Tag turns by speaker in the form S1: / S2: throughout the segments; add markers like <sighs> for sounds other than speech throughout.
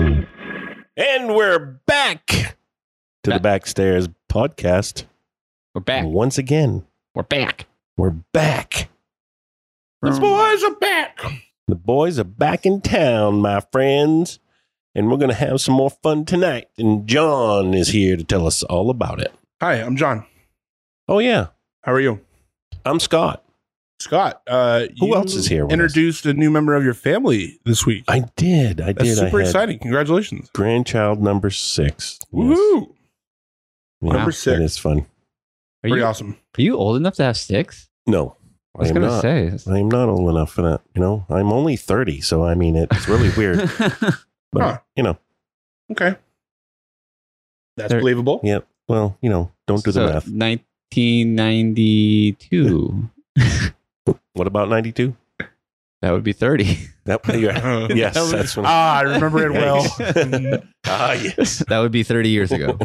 S1: And we're back to the Backstairs podcast.
S2: We're back.
S1: Once again,
S2: We're back.
S1: we're back.
S3: The boys are back.
S1: The boys are back in town, my friends. And we're going to have some more fun tonight. And John is here to tell us all about it.
S3: Hi, I'm John.
S1: Oh, yeah.
S3: How are you?
S1: I'm Scott.
S3: Scott. Uh,
S1: Who
S3: you
S1: else is here with us?
S3: Introduced a new member of your family this week.
S1: I did. I
S3: That's
S1: did. I
S3: super
S1: had
S3: exciting. Congratulations.
S1: Grandchild number six. Yes.
S3: Woohoo.
S1: Yeah,
S3: Number
S1: That
S3: six.
S1: is fun.
S2: Are
S3: Pretty
S2: you, are
S3: awesome.
S2: you old enough to have sticks?
S1: No,
S2: I was
S1: am
S2: going to
S1: not.
S2: say.
S1: I am not old enough for that. You know, I'm only 30. So, I mean, it's really
S2: <laughs>
S3: <laughs>
S1: weird. But,
S3: Huh.
S1: you know,
S3: Okay. That's
S2: There-
S3: believable.
S1: yeah. Well, you know, don't do the
S2: So,
S1: math.
S2: 1992.
S1: What about 92?
S2: that would be 30.
S1: <laughs> That,
S3: <laughs>
S1: yeah.
S3: <laughs> Uh,
S1: yes, that's
S3: <laughs>
S1: when.
S3: Ah, I remember it well. Mm-hmm.
S2: Yikes.
S1: ah, yes.
S2: that would be 30 years
S1: <laughs>
S2: ago.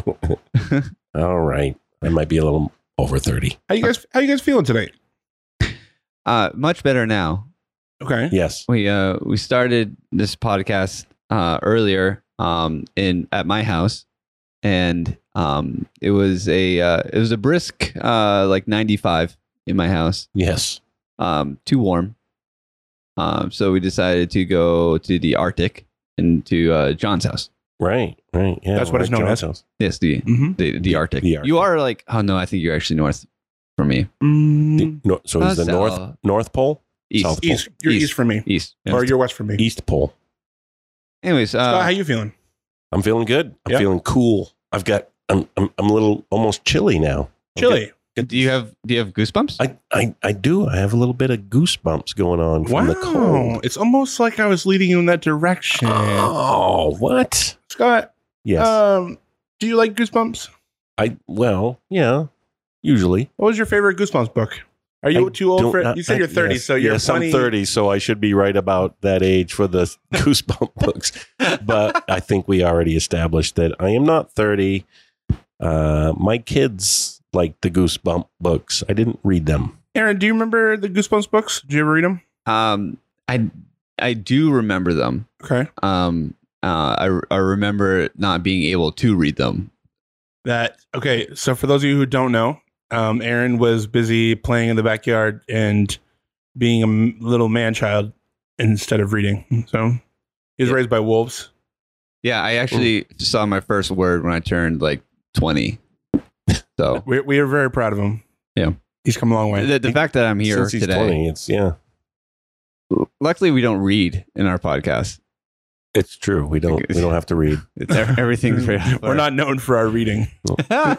S1: All right. I might be a little over 30.
S3: How you guys? How you guys feeling tonight?
S2: Uh, much better now.
S3: Okay.
S1: Yes.
S2: We uh we started this podcast uh earlier um in at my house and um it was a uh, it was a brisk uh like 95 in my house
S1: Yes.
S2: um too warm um so we decided to go to the arctic and to uh John's house
S1: Right. Right. Yeah.
S3: That's what it's
S1: like
S3: known
S1: John's
S3: as.
S1: house.
S2: yes the
S3: Mm-hmm.
S2: the, the arctic.
S1: the Arctic.
S2: you are like oh no I think you're actually north from me
S1: The- no- so is
S2: Uh,
S1: the north
S2: south-
S1: North Pole,
S2: east
S1: south pole,
S3: Mm-hmm. East. You're east,
S2: East.
S3: from me,
S2: east
S3: or you're west from me.
S1: East Pole.
S2: anyways
S3: Scott, how
S2: uh
S3: you feeling?
S1: I'm feeling good. I'm
S3: Yeah.
S1: feeling cool. I've got. I'm. I'm. I'm a little almost chilly now. I've got-
S3: Chilly.
S2: do you have do you have goosebumps
S1: I, I, I do. I have a little bit of goosebumps going on from the
S3: Wow.
S1: cold.
S3: It's almost like I was leading you in that
S1: <gasps>
S3: direction.
S1: Oh, what?
S3: Scott,
S1: Yes.
S3: um, do you like Goosebumps?
S1: I well, yeah. Usually,
S3: What was your favorite Goosebumps book? Are you
S1: I
S3: too old
S1: don't-
S3: for it?
S1: not-
S3: You said you're
S1: I-
S3: 30,
S1: yes,
S3: so you're
S1: yes,
S3: plenty.
S1: I'm 30, so I should be right about that age for
S3: <laughs>
S1: the Goosebump books. But I think we already established that I am not 30. Uh, my kids like the Goosebump books. I didn't read them.
S3: Aaron, do you remember the Goosebumps books? Did you ever read them?
S2: <laughs> um I I do remember them
S3: Okay.
S2: um uh, I, I remember not being able to read them.
S3: That okay. So for those of you who don't know, um, Aaron was busy playing in the backyard and being a m- little man child instead of reading. So he was
S2: Yeah.
S3: raised by wolves.
S2: Yeah, I actually saw my first word when I turned like 20. So
S3: We we are very proud of him.
S2: Yeah.
S3: he's come a long way.
S2: the, the fact that I'm here
S1: Since he's
S2: today,
S1: 20, it's yeah,
S2: luckily we don't read in our podcast.
S1: it's true. We don't we don't have to read. <laughs>
S2: It's, everything's right off
S3: <laughs> We're
S2: our-
S3: not known for our reading. <laughs>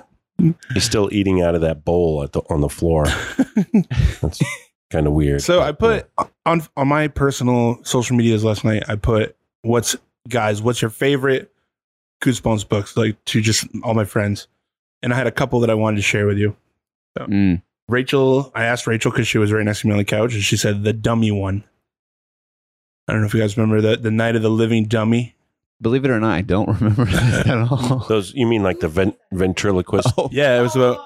S1: He's still eating out of that bowl at the on the floor.
S3: <laughs>
S1: That's kind of weird.
S3: So I put on on my personal social medias last night. I put what's guys, what's your favorite Goosebumps books? Like to just all my friends, and I had a couple that I wanted to share with you.
S2: Mm.
S3: Rachel, I asked Rachel because she was right next to me on the couch, and she said the dummy one. I don't know if you guys remember the the night of the living dummy.
S2: Believe it or not, I don't
S1: <laughs>
S2: remember that at all.
S1: those. You mean like the ven- ventriloquist,
S2: Oh,
S3: Yeah, it was about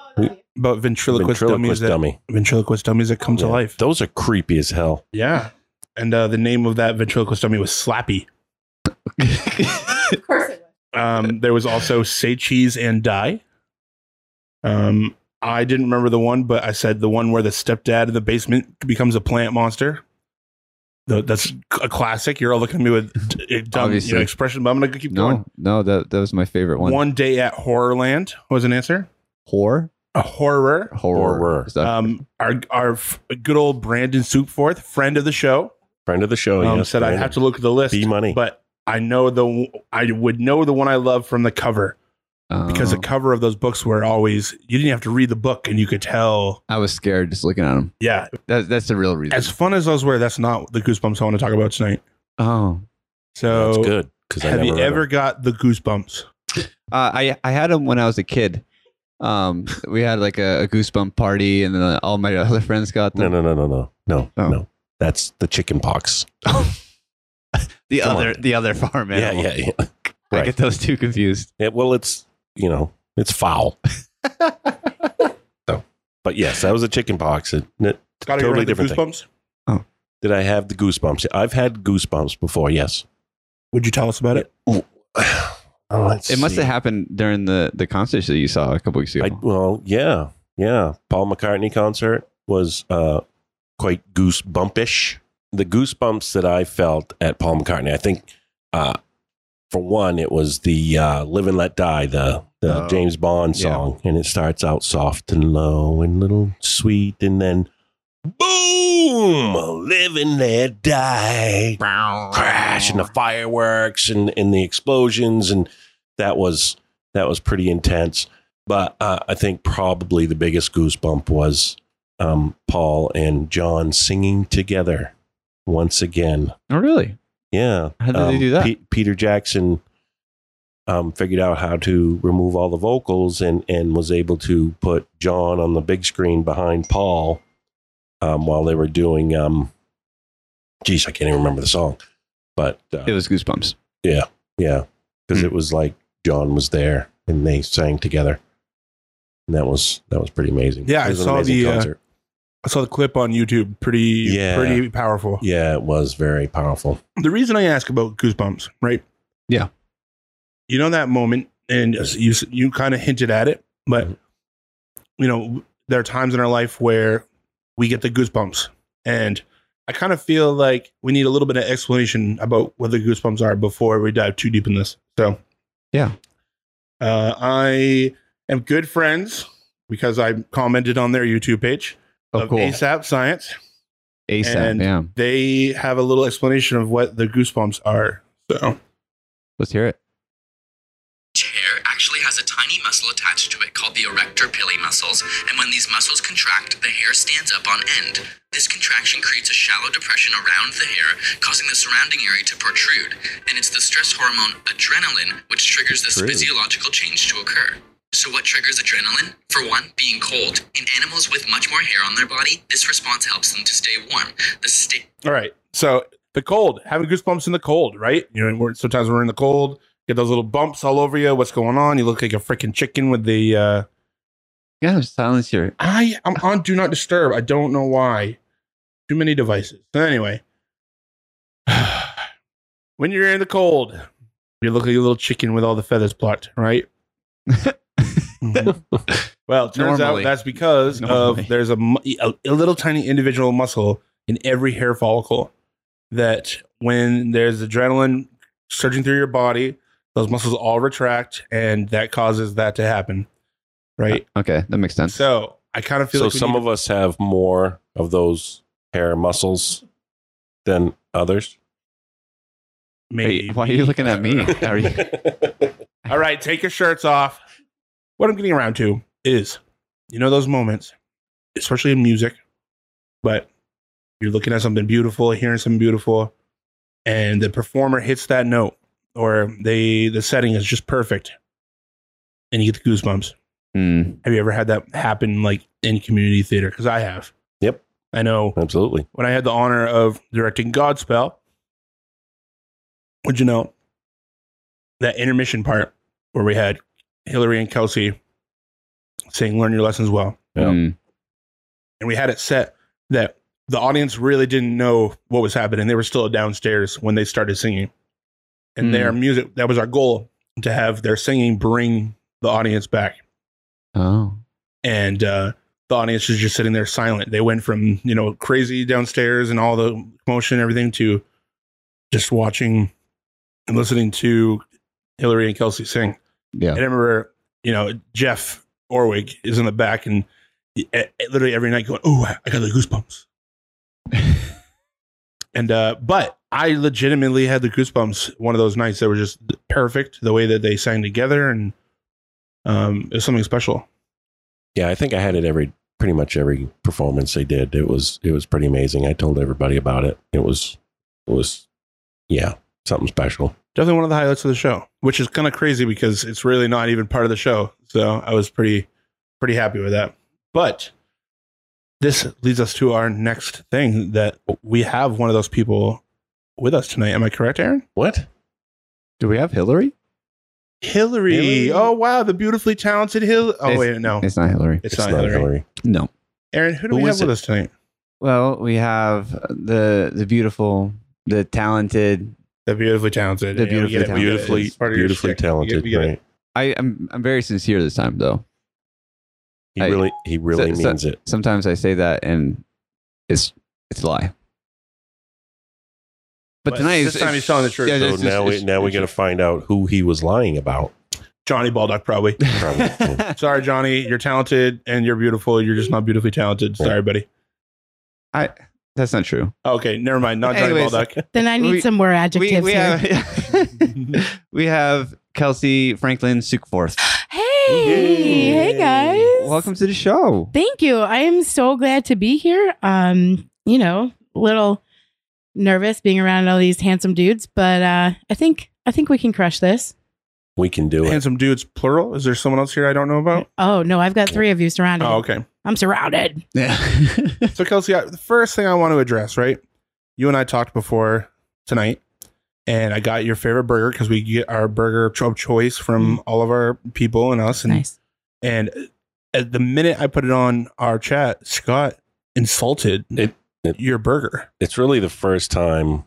S3: about ventriloquist, dummies
S1: ventriloquist
S3: that
S1: dummy?
S3: ventriloquist dummies that come to
S1: Yeah.
S3: life.
S1: Those are creepy as hell.
S3: Yeah, and uh, the name of that ventriloquist dummy was Slappy.
S4: Of course it was.
S3: Um, there was also Say Cheese and Die. Um, I didn't remember the one, but I said the one where the stepdad in the basement becomes a plant monster. Tho- that's a classic. You're all looking at me with
S2: <laughs>
S3: d- dumb you know,
S2: Obviously.
S3: expression, but I'm going to keep going.
S2: no, no, that that was my favorite
S3: One.
S2: one.
S3: day at Horrorland was an answer.
S2: horror,
S3: A horror.
S2: horror,
S1: Horror. Uh,
S2: stuff.
S3: Um, our our f- good old Brandon Soupforth, friend of the show,
S1: Friend of the show.
S3: um,
S1: Oh, yes,
S3: said I'd
S1: Brandon.
S3: have to look at the list,
S1: B money.
S3: but I know the I would know the one I love from the cover. because
S2: Oh.
S1: Uh-huh.
S3: the cover of those books were always you didn't have to read the book and you could tell
S2: I was scared just looking at him.
S3: yeah
S2: That, that's the real reason.
S3: as fun as those were that's not the goosebumps i want to talk about tonight
S2: oh,
S3: so
S1: That's good. Because
S3: have you ever got the goosebumps
S2: Uh, I I had them when I was a kid. Um, we had like a, a goosebump party, and then uh, all my other friends got
S1: No,
S2: them.
S1: no, no, no, no, no,
S2: Oh.
S1: no. That's the chicken pox.
S2: the
S1: come
S2: other the other farm
S1: Yeah,
S2: animal.
S1: yeah, yeah, <laughs>
S2: I
S1: right.
S2: get those two confused.
S1: Yeah, Well, it's you know it's
S3: <laughs>
S1: foul. so, but yes, that was a chicken pox. It, it-
S3: got
S1: Totally different thing.
S3: goosebumps
S1: Did I have the goosebumps? I've had goosebumps before. Yes.
S3: Would you tell us about it?
S1: <sighs> Oh, let's
S2: It must
S1: see.
S2: have happened during the the concert that you saw a couple weeks ago.
S1: I, well, yeah, yeah. Paul McCartney concert was uh, quite goosebumpish. The goosebumps that I felt at Paul McCartney, I think, uh, for one, it was the uh, "Live and Let Die," the the
S2: Oh,
S1: James Bond
S2: yeah.
S1: song, and it starts out soft and low and little sweet, and then boom, "Live and Let Die," crash, and the fireworks, and and the explosions, and that was that was pretty intense. But uh, I think probably the biggest goosebump was um, Paul and John singing together once again.
S2: oh, really?
S1: Yeah,
S2: How did they
S1: Um,
S2: do that?
S1: Pe- Peter Jackson um, figured out how to remove all the vocals and and was able to put John on the big screen behind Paul um, while they were doing. Um, geez, I can't even remember the song, but uh,
S2: It was goosebumps.
S1: yeah, because
S2: Hmm.
S1: it was like John was there and they sang together, and that was that was pretty amazing.
S3: Yeah,
S1: It
S3: I
S1: was an
S3: saw
S1: amazing
S3: the, uh,
S1: concert.
S3: I saw the clip on YouTube. Pretty,
S1: Yeah.
S3: pretty powerful.
S1: yeah, it was very powerful.
S3: the reason I ask about goosebumps, right?
S2: Yeah.
S3: You know that moment, and you you kind of hinted at it, but
S2: Mm-hmm.
S1: Mhm.
S3: you know there are times in our life where we get the goosebumps, and I kind of feel like we need a little bit of explanation about what the goosebumps are before we dive too deep in this. So,
S2: Yeah.
S3: uh, I am good friends because I commented on their YouTube page
S2: Oh,
S3: of
S2: cool. ASAP.
S3: ASAP Science and-
S2: yeah.
S3: they have a little explanation of what the goosebumps are. So
S2: Let's hear it.
S5: chair actually has a tiny muscle attached to it called the erector pili muscles, and when these muscles contract, the hair stands up on end. This contraction creates a shallow depression around the hair, causing the surrounding area to protrude, and it's the stress hormone adrenaline which triggers this
S1: Protrude.
S5: physiological change to occur. So, what triggers adrenaline? For one, being cold. In animals with much more hair on their body, this response helps them to stay warm. The state
S3: all right. So the cold, having goosebumps in the cold, right? You know, we're, sometimes we're in the cold, get those little bumps all over you. What's going on? You look like a freaking chicken with the. Uh,
S2: Yeah, silence here.
S3: I I'm on do not disturb. I don't know why. Too many devices. Anyway, <sighs> when you're in the cold, you look like a little chicken with all the feathers plucked,
S2: <laughs>
S3: right? Mhm. Well, it turns
S2: Normally.
S3: out that's because
S2: Normally.
S3: of there's a, mu- a a little tiny individual muscle in every hair follicle that when there's adrenaline surging through your body, those muscles all retract, and that causes that to happen, right?
S2: Okay, that makes sense.
S3: So I kind of feel
S1: So
S3: like we
S1: some
S3: need
S1: of us have more of those hair muscles than others.
S3: to
S2: Wait, why are you looking at
S3: <laughs>
S2: me? Are you-
S3: All right, take your shirts off. What I'm getting around to is, you know, those moments, especially in music, but you're looking at something beautiful, hearing something beautiful, and the performer hits that note, or they the setting is just perfect, and you get the goosebumps. <laughs>
S2: Hmm.
S3: Have you ever had that happen, like in community theater? Because I have.
S1: Yep.
S3: I know
S1: <laughs> Absolutely.
S3: when I had the honor of directing Godspell, would you know that intermission part where we had Hillary and Kelsey saying "Learn your lessons well,"
S1: Yeah.
S2: Hmm.
S3: and we had it set that the audience really didn't know what was happening. They were still downstairs when they started singing, and
S2: Hmm.
S3: their music—that was our goal to have their singing bring the audience back
S2: Oh.
S3: and uh, the audience was just sitting there silent. They went from you know crazy downstairs and all the commotion and everything to just watching and listening to Hillary and Kelsey sing.
S2: Yeah.
S3: And I remember you know Jeff Orwig is in the back and he- eh, eh, literally every night going, "Oh, I got the goosebumps." And uh, but I legitimately had the goosebumps one of those nights that were just perfect the way that they sang together and um, it was something special.
S1: Yeah, I think I had it every pretty much every performance they did. It was it was pretty amazing. I told everybody about it. It was it was yeah, something special.
S3: definitely one of the highlights of the show, which is kind of crazy because it's really not even part of the show. So I was pretty, pretty happy with that. But this leads us to our next thing that we have one of those people with us tonight. Am I correct, Aaron?
S1: What?
S2: Do we have Hillary?
S3: Hillary.
S1: Hillary.
S3: Oh wow, the beautifully talented Hill. Oh
S2: It's-
S3: wait, no, it's,
S2: It's not Hillary.
S3: not, Hillary.
S2: No.
S3: Aaron, who do
S2: Who
S3: we have
S2: is
S3: with
S2: it?
S3: us tonight?
S2: Well, we have the the beautiful, the talented.
S3: The beautifully talented.
S2: The
S3: Yeah, we get it, we get it.
S1: Beautifully,
S3: It's part of your
S1: beautifully
S3: shtick. We get-
S1: talented.
S3: we get it.
S1: right?
S2: I, I'm I'm very sincere this time though.
S1: He
S2: I-
S1: really, he really
S2: So- so-
S1: means it.
S2: Sometimes I say that and it's it's a lie. But,
S3: But
S2: tonight
S3: this
S2: is-
S3: time he's telling the truth.
S2: yeah,
S1: So
S2: it's- it's-
S1: now, we,
S2: it's-
S1: now we're going to find out who he was lying about.
S3: Johnny Baldock, <laughs> probably.
S2: <laughs>
S1: Probably.
S3: Sorry, Johnny. You're talented and you're beautiful. You're just not beautifully talented. Sorry, buddy.
S2: That's not true.
S3: Okay, never mind. Not Johnny
S2: Anyways.
S3: Baldock.
S4: Then I need
S2: We-
S4: some more adjectives
S2: we, we
S4: here. <laughs>
S2: have <laughs> we have Kelsey Franklin Sukforth.
S4: hey, hey guys.
S2: Welcome to the show.
S4: Thank you. I am so glad to be here. Um, you know, little nervous being around all these handsome dudes, but uh I think I think we can crush this.
S1: we can do it.
S3: Handsome dudes, plural. Is there someone else here I don't know about?
S4: Oh no, I've got three of you surrounded.
S3: Oh, okay.
S4: I'm surrounded.
S2: <laughs> Yeah.
S3: So, Kelsey, I, the first thing I want to address, right? You and I talked before tonight, and I got your favorite burger because we get our burger cho- choice from all of our people and us. And,
S4: Mm-hmm. Nice. <laughs>
S3: and uh, at the minute I put it on our chat, Scott insulted
S1: It- it-
S3: your burger.
S1: It's really the first time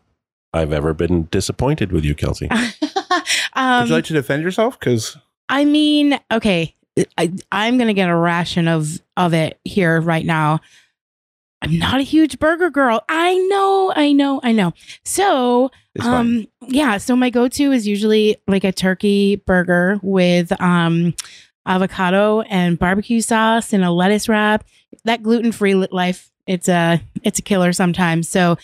S1: I've ever been disappointed with you, Kelsey.
S4: um,
S3: Would you like to defend yourself? Because
S4: I mean, okay, I, I'm gonna get a ration of of it here right now. I'm not a huge burger girl. I know, I know, I know. So,
S2: It's fine.
S4: um, yeah. So my go-to is usually like a turkey burger with um avocado and barbecue sauce and a lettuce wrap. That gluten-free li- life, it's a it's a killer sometimes. So,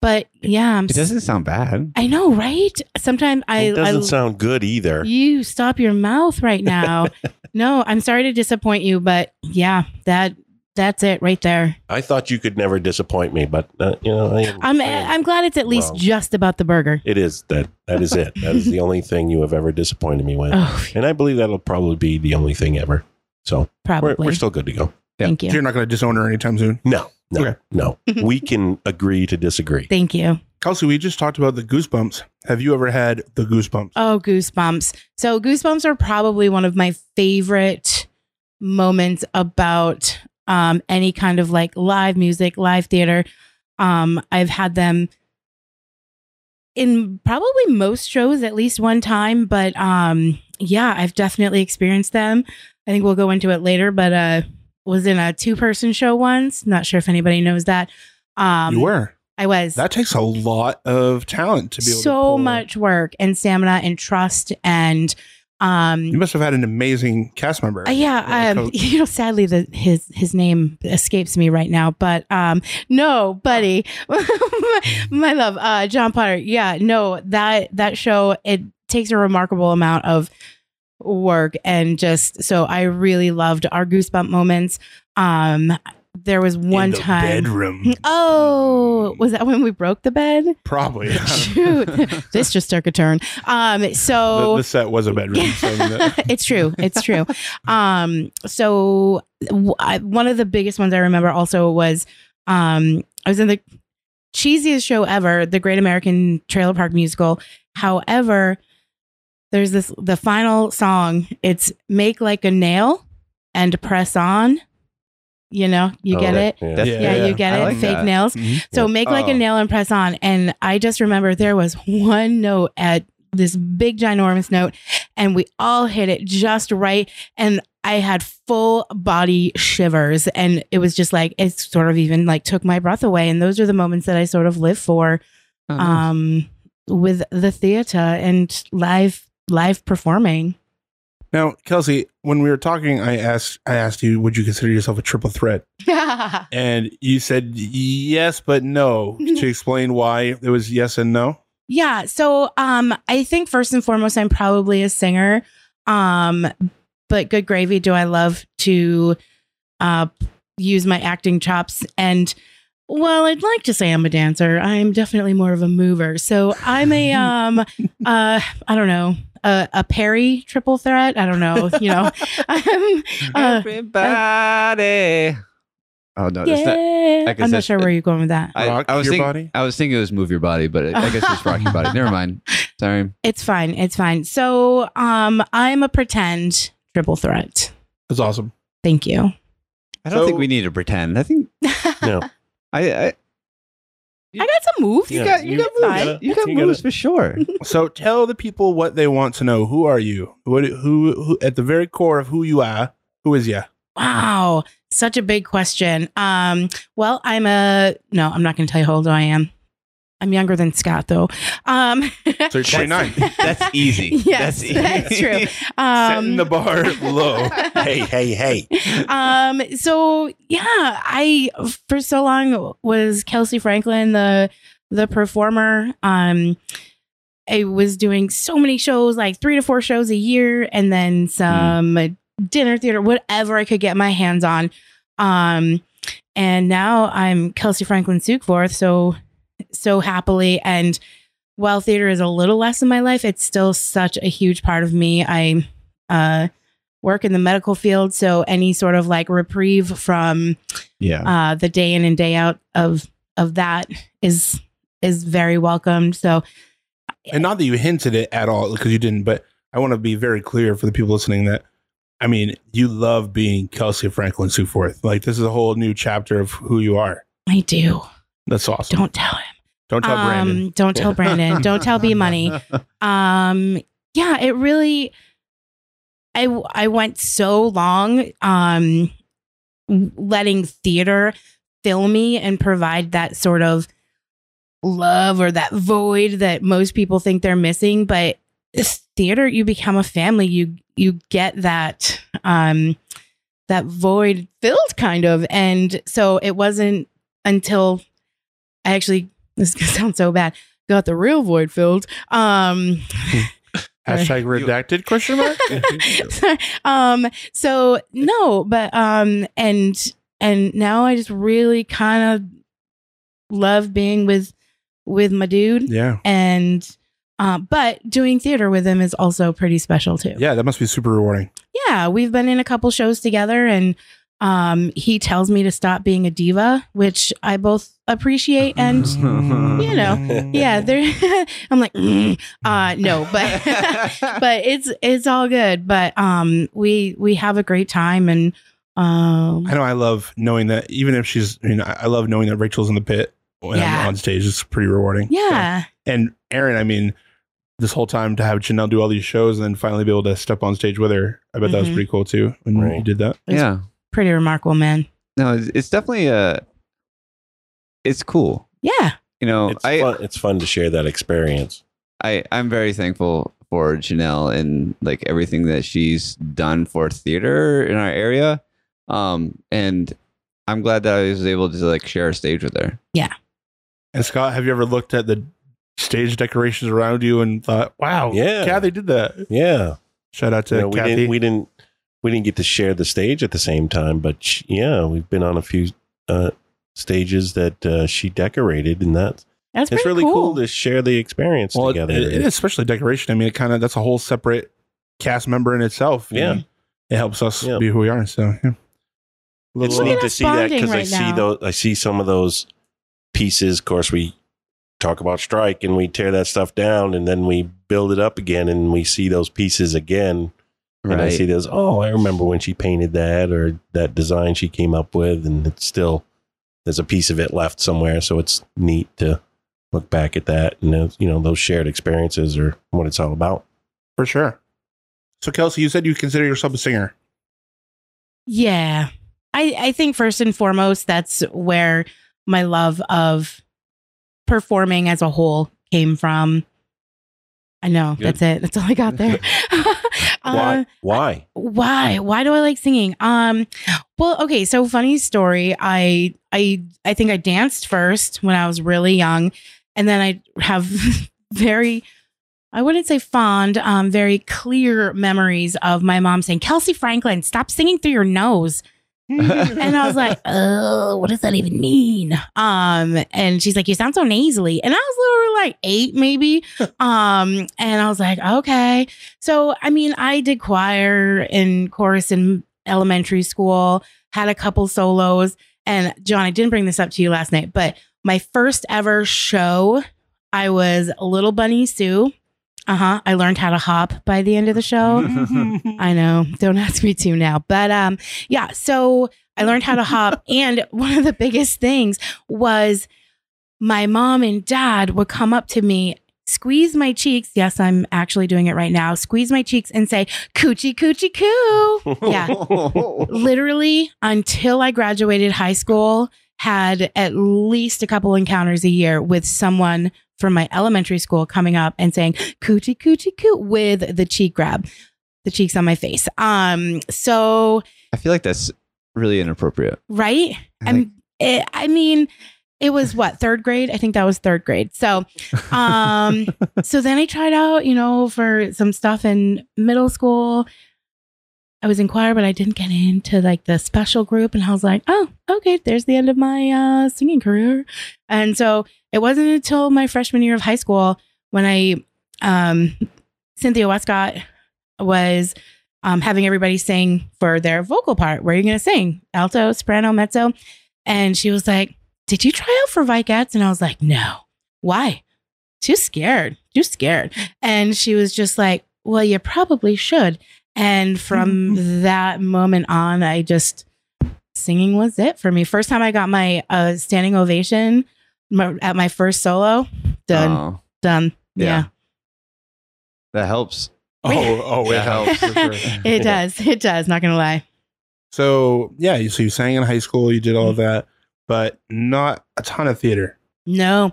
S4: but yeah, I'm
S2: It doesn't sound bad.
S4: I know, right? Sometimes I
S1: it doesn't
S4: I,
S1: sound good either.
S4: you stop your mouth right now.
S1: <laughs>
S4: no, I'm sorry to disappoint you, but yeah, that that's it right there.
S1: I thought you could never disappoint me, but uh, you know, I am,
S4: I'm
S1: I am-
S4: I'm glad it's at least
S1: Wow.
S4: just about the burger.
S1: It is that. That is it. That is the only thing you have ever disappointed me with,
S4: Oh,
S1: and I believe that'll probably be the only thing ever. So
S4: probably.
S1: we're, we're still good to go.
S4: Thank you.
S3: you're not going to disown her anytime soon.
S1: No, no,
S3: Okay.
S4: <laughs>
S1: no. We can agree to disagree.
S4: Thank you.
S3: Kelsey, we just talked about the goosebumps. Have you ever had the goosebumps?
S4: Oh, goosebumps. So goosebumps are probably one of my favorite moments about um, any kind of like live music, live theater. Um, I've had them in probably most shows at least one time, but um, yeah, I've definitely experienced them. I think we'll go into it later, but uh, was in a two person show once. Not sure if anybody knows that. Um,
S3: you were.
S4: I was
S3: That takes a lot of talent to be able to
S4: so
S3: pull-
S4: much work and stamina and trust and um
S3: You must have had an amazing cast member.
S4: uh, yeah,
S3: and a
S4: um,
S3: coach.
S4: <laughs> you know, sadly, the, his his name escapes me right now, but um, no, buddy, <laughs> my, my love, uh, John Potter. Yeah, no, that that show it takes a remarkable amount of work and just so I really loved our goosebump moments. Um, there was one
S3: In the
S4: time.
S3: bedroom.
S4: <laughs> Oh, was that when we broke the bed?
S3: Probably. the,
S4: Shoot,
S1: <laughs>
S4: this just took a turn. Um,
S3: <laughs>
S4: so
S3: the set was a bedroom. So I mean,
S4: <laughs>
S3: that-
S4: it's true. It's true. um, so w I one of the biggest ones I remember also was um, I was in the cheesiest show ever, the Great American Trailer Park Musical. However, there's this the final song. It's "Make Like a Nail" and "Press On." You know, you
S1: Oh,
S4: get
S1: that-
S4: it.
S1: yeah.
S2: That's-
S4: Yeah,
S3: Yeah,
S4: you get
S2: I
S4: it.
S2: like
S4: Fake
S2: that.
S4: nails.
S3: Mhm.
S4: So make like
S2: Oh.
S4: a nail and press on. And I just remember there was one note at this big ginormous note, and we all hit it just right. And I had full body shivers, and it was just like it sort of even like took my breath away. And those are the moments that I sort of live for,
S2: Oh, nice.
S4: um, with the theater and live live
S2: <laughs>
S4: performing.
S3: Now, Kelsey, when we were talking, I asked I asked you, would you consider yourself a triple threat? And you said yes, but no. to
S4: <laughs>
S3: explain why it was yes and no.
S4: Yeah. So um I think first and foremost I'm probably a singer. Um but good gravy do I love to uh use my acting chops and well I'd like to say I'm a dancer. I'm definitely more of a mover. So I'm a um uh I don't know a, a Perry triple threat. I don't know.
S2: <laughs>
S4: You know, <laughs> I'm, uh,
S2: Everybody. oh no, it's not, guess
S4: yeah. I'm not
S2: that's-
S4: sure where you're going with that.
S2: I,
S3: Rock
S2: I was
S3: your
S2: thinking,
S3: body?
S2: I was thinking it was move your body, but I guess it's rock your body. Never
S4: <laughs>
S2: mind. Sorry.
S4: It's fine. It's fine. So um I'm a pretend triple threat.
S3: That's awesome.
S4: Thank you.
S2: I don't
S3: So-
S4: <laughs>
S2: think we need to pretend. I think
S1: No,
S2: I, I
S4: I got some moves.
S2: you
S1: Yeah,
S2: got you,
S1: you-
S2: got moves.
S4: you
S1: gotta-
S2: you got
S1: you gotta-
S2: moves
S1: <laughs>
S2: for sure.
S3: So tell the people what they want to know. Who are you? What who, who at the very core of who you are? Who is you?
S4: Wow, such a big question. Um, well, I'm a no. I'm not going to tell you how old I am. I'm younger than Scott, though. Um, <laughs>
S3: So you're <laughs> 29.
S2: That's easy.
S4: Yes, that's true.
S3: <laughs> Setting the bar low.
S4: <laughs>
S1: hey, hey, hey.
S4: um so yeah i for so long was kelsey franklin the the performer um i was doing so many shows like three to four shows a year and then some dinner theater whatever i could get my hands on um and now i'm kelsey franklin sukforth so so happily and while theater is a little less in my life it's still such a huge part of me i uh work in the medical field. So any sort of like reprieve from
S2: Yeah.
S4: uh, the day in and day out of of that is is very welcomed. So
S3: <laughs> And not that you hinted it at all because you didn't, but I want to be very clear for the people listening that I mean, you love being Kelsey Franklin so forth. Like this is a whole new chapter of who you are.
S4: I do.
S3: That's awesome.
S4: Don't tell him.
S3: Don't tell Brandon.
S4: <laughs> Um, don't
S2: <laughs>
S4: tell Brandon. don't tell B Money. um yeah it really i i went so long um letting theater fill me and provide that sort of love or that void that most people think they're missing but it's theater you become a family you you get that um that void filled kind of and so it wasn't until i actually <laughs> this is gonna sound so bad got the real void filled um
S3: Hashtag redacted question mark.
S4: <laughs> um so no but um and and now i just really kind of love being with with my
S3: <laughs>
S4: dude
S3: yeah.
S4: and um but doing theater with him is also pretty special too
S3: Yeah, that must be super rewarding.
S4: yeah we've been in a couple shows together and um he tells me to stop being a diva which i both appreciate and
S3: <laughs>
S4: you know, yeah there <laughs> i'm like mm, uh no
S2: <laughs>
S3: <laughs>
S4: but but it's it's all good. But um, we we have a great time and um,
S3: I know I love knowing that even if she's, I mean, I I love knowing that Rachel's in the pit when
S4: Yeah.
S3: I'm on stage. It's pretty rewarding.
S4: yeah,
S3: So- and Aaron, I mean, this whole time to have Janelle do all these shows and then finally be able to step on stage with her, I bet that was
S4: Mhm.
S3: pretty cool too when
S1: Right.
S3: you did that.
S2: yeah.
S4: pretty remarkable, man.
S2: No, it's, it's definitely a. It's cool.
S4: Yeah,
S2: You know,
S1: It's,
S2: I,
S1: fun, it's fun to share that experience.
S2: I I'm very thankful for Janelle and like everything that she's done for theater in our area. Um, and I'm glad that I was able to like share a stage with her.
S3: And Scott, have you ever looked at the stage decorations around you and thought, wow,
S1: Yeah.
S3: Kathy did that?
S1: Yeah.
S3: Shout out to
S1: You know, we
S3: Kathy.
S1: didn't we didn't we didn't get to share the stage at the same time, but sh yeah, we've been on a few uh stages that uh, she decorated and that
S4: that's
S1: it's
S4: pretty
S1: really
S4: cool.
S1: cool. to share the experience
S3: well, it-
S1: together.
S3: it- it is especially decoration. I mean, it kind of, that's a whole separate cast member in itself. you
S1: Yeah.
S3: know? It helps us
S1: Yeah.
S3: be who we are. So, yeah. uh,
S1: It's
S4: Look at
S1: neat to
S4: us
S1: see that
S4: bonding
S1: because I
S4: right
S1: see
S4: now.
S1: those I see some of those pieces. Of course, we talk about strike and we tear that stuff down and then we build it up again and we see those pieces again. And I see those, oh, I remember when she painted that or that design she came up with, and it's still there's a piece of it left somewhere. So it's neat to look back at that and uh, you know, those shared experiences are what it's all about.
S3: For sure. So, Kelsey, you said you consider yourself a singer.
S4: Yeah, I I think first and foremost that's where my love of performing as a whole came from. I know
S2: Good.
S4: that's it. That's all I got there. <laughs> Uh,
S1: Why? Why?
S4: why why do i like singing um well okay so funny story i i i think i danced first when i was really young and then i have <laughs> very i wouldn't say fond um very clear memories of my mom saying kelsey franklin stop singing through your nose <laughs> <laughs> and I was like, "Oh, what does that even mean?" Um, and she's like, "You sound so nasally," and I was literally like eight, maybe. Um, and I was like, "Okay." So, I mean, I did choir and chorus in elementary school, had a couple solos, and John, I didn't bring this up to you last night, but my first ever show, I was Little Bunny Sue. Uh huh. I learned how to hop by the end of the show.
S3: Mm-hmm. <laughs>
S4: I know. Don't <laughs> ask me to now. But um yeah, so I learned how to hop and one of the biggest things was my mom and dad would come up to me, squeeze my cheeks. Yes, I'm actually doing it right now. Squeeze my cheeks and say coochie coochie coo. Yeah. Literally until I graduated high school, had at least a couple encounters a year with someone from my elementary school coming up and saying coochie coochie coo with the cheek grab the cheeks on my face. Um, so
S2: I feel like that's really inappropriate.
S4: right,
S2: I
S4: and it, I mean, it was what third grade. I think that was third grade. So, um, so then I tried out, you know, for some stuff in middle school. I was in choir, but I didn't get into like the special group, and I was like, oh, okay, there's the end of my uh, singing career. And so it wasn't until my freshman year of high school when I, um, Cynthia Westcott was um, having everybody sing for their vocal part. Where are you going to sing? Alto, soprano, mezzo. And she was like, Did you try out for Vicats? And I was like, No. Why? Too scared. Too scared. And she was just like, Well, you probably should. And from that moment on, I just, singing was it for me. First time I got my uh, standing ovation my, at my first solo, done,
S2: Oh,
S4: done.
S2: Yeah.
S4: yeah.
S2: that helps.
S3: oh, oh, it
S2: Yeah.
S3: helps. for sure.
S4: <laughs> It does. It does. Not going to lie.
S3: So yeah, you- so you sang in high school, you did all that, but not a ton of theater.
S4: No,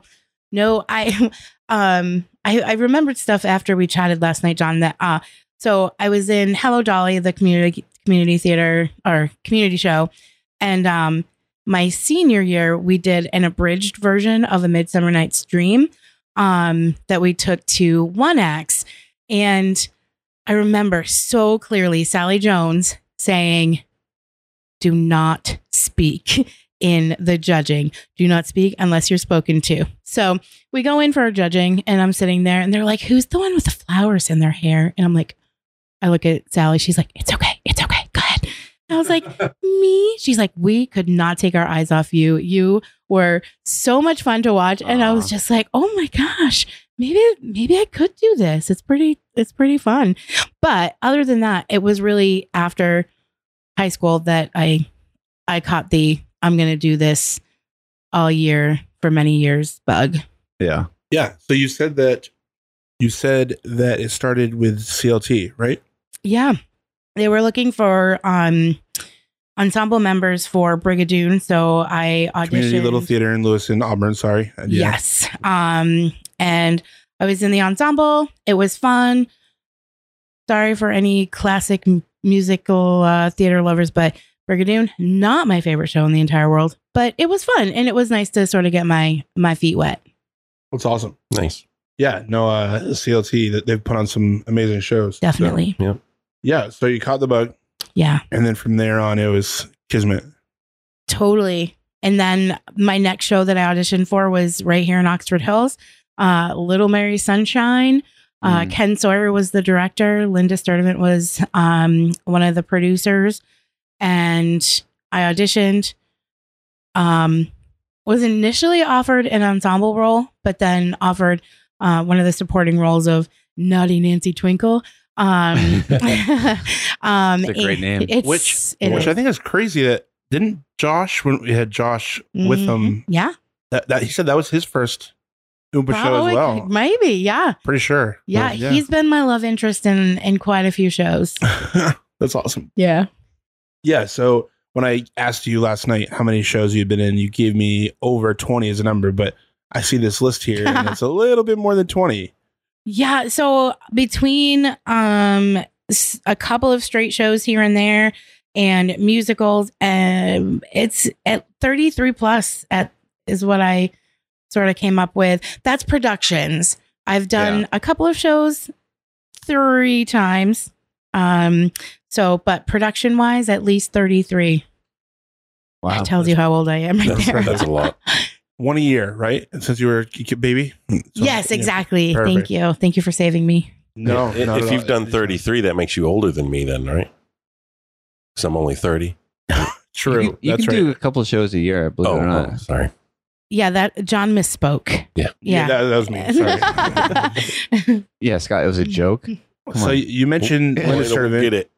S4: no, I, <laughs> um, I, I remembered stuff after we chatted last night, John. That uh, so I was in Hello Dolly, the community community theater or community show, and um, my senior year we did an abridged version of A Midsummer Night's Dream, um, that we took to One Acts, and I remember so clearly Sally Jones saying, "Do not speak." In the judging, do not speak unless you're spoken to. So we go in for our judging, and I'm sitting there, and they're like, Who's the one with the flowers in their hair? And I'm like, I look at Sally. She's like, It's okay. It's okay. Go ahead. And I was like, Me? She's like, We could not take our eyes off you. You were so much fun to watch. And I was
S2: Aw.
S4: just like, Oh my gosh. Maybe maybe I could do this. It's pretty it's pretty fun. But other than that, it was really after high school that I I caught the I'm gonna do this all year for many years bug.
S2: Yeah.
S3: Yeah. So you said that you said that it started with CLT, right?
S4: Yeah. They were looking for um ensemble members for Brigadoon, so I auditioned
S3: Community Little Theater in Lewis and Auburn. Sorry. Uh, yeah.
S4: Yes. Um and I was in the ensemble. It was fun. Sorry for any classic m- musical uh, theater lovers, but Brigadoon not my favorite show in the entire world, but it was fun and it was nice to sort of get my my feet wet.
S3: That's awesome.
S1: <laughs> Nice.
S3: Yeah. No, uh, CLT, that they've put on some amazing shows. So,
S4: Definitely.
S3: yeah. So you caught the bug.
S4: yeah.
S3: And then from there on, it was Kismet.
S4: Totally. And then my next show that I auditioned for was right here in Oxford Hills, uh, Little Mary Sunshine. Uh,
S2: Mm.
S4: Ken Sawyer was the director. Linda Sturdivant was um, one of the producers, and I auditioned. Um, was initially offered an ensemble role, but then offered uh, one of the supporting roles of Nutty Nancy Twinkle. Um,
S2: <laughs>
S4: <laughs> um,
S2: It's a great name.
S4: It's,
S3: Which-
S4: it
S3: which
S4: is.
S3: I think is crazy that didn't Josh, when we had Josh with um,
S4: Mhm.
S3: him,
S4: Yeah.
S3: that, that he said that was his first Oompa show
S4: Probably,
S3: as well.
S4: Maybe, yeah.
S3: Pretty sure.
S4: yeah.
S3: Yeah.
S4: he's been my love interest in in quite a few shows.
S3: <laughs> That's awesome.
S4: Yeah.
S3: Yeah. So when I asked you last night how many shows you've been in, you gave me over 20 as a number, but I see this list here and
S4: <laughs>
S3: it's a little bit more than 20.
S4: Yeah, so between um s- a couple of straight shows here and there and musicals, um it's at 33 plus at is what I sort of came up with. That's productions. I've done a couple of shows three times. Um so but production wise at least 33.
S2: Wow.
S4: that tells you how old I am right <laughs>
S3: That's-
S4: there.
S1: that's a lot.
S3: One a year, right? And since you were a k- baby? So,
S4: yes,
S3: yeah.
S4: exactly.
S3: Perfect.
S4: Thank you. Thank you for saving me.
S3: No,
S1: If,
S3: not at
S1: if you've
S3: all.
S1: done 33, that makes you older than me, then, right? Because I'm only 30.
S3: True.
S2: You, can- you
S3: That's
S2: can
S3: right.
S2: do a couple shows a year, believe it
S1: oh,
S2: or not.
S1: oh, sorry.
S4: yeah, that John misspoke.
S1: Yeah.
S4: Yeah.
S3: that, that was me. Sorry.
S4: <laughs>
S2: Yeah, Scott, it was a joke.
S3: so
S2: on.
S3: you mentioned
S1: Boy, I
S3: Linda
S1: don't get
S3: Sturdivant.
S1: it.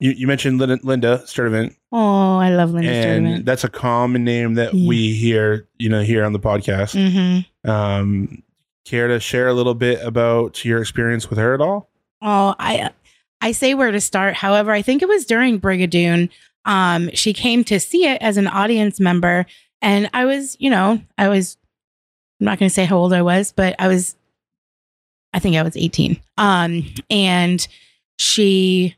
S3: You, you mentioned Linda, Linda Sturdivant,
S4: oh, I love Linda
S3: and
S4: Sturdivant.
S3: that's a common name that
S4: Yeah.
S3: we hear, you know, here on the podcast.
S4: Mm-hmm.
S3: Um, care to share a little bit about your experience with her at all?
S4: Oh, I I say where to start. However, I think it was during Brigadoon. Um, she came to see it as an audience member, and I was, you know, I was. I'm not going to say how old I was, but I was. I think I was 18. Um, and she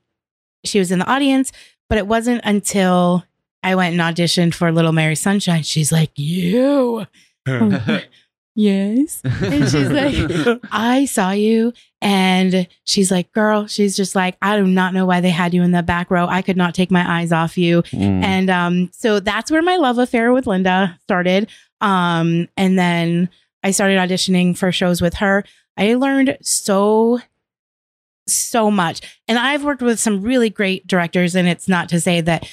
S4: she was in the audience, but it wasn't until I went and auditioned for Little Mary Sunshine. She's like, "You, Oh. yes." <laughs> And she's like- I saw you. And she's like, girl, she's just like, I do not know why they had you in the back row. I could not take my eyes off you.
S2: <laughs> Mm.
S4: And um, so that's where my love affair with Linda started. Um, and then I started auditioning for shows with her. I learned so, so much. And I've worked with some really great directors, and it's not to say that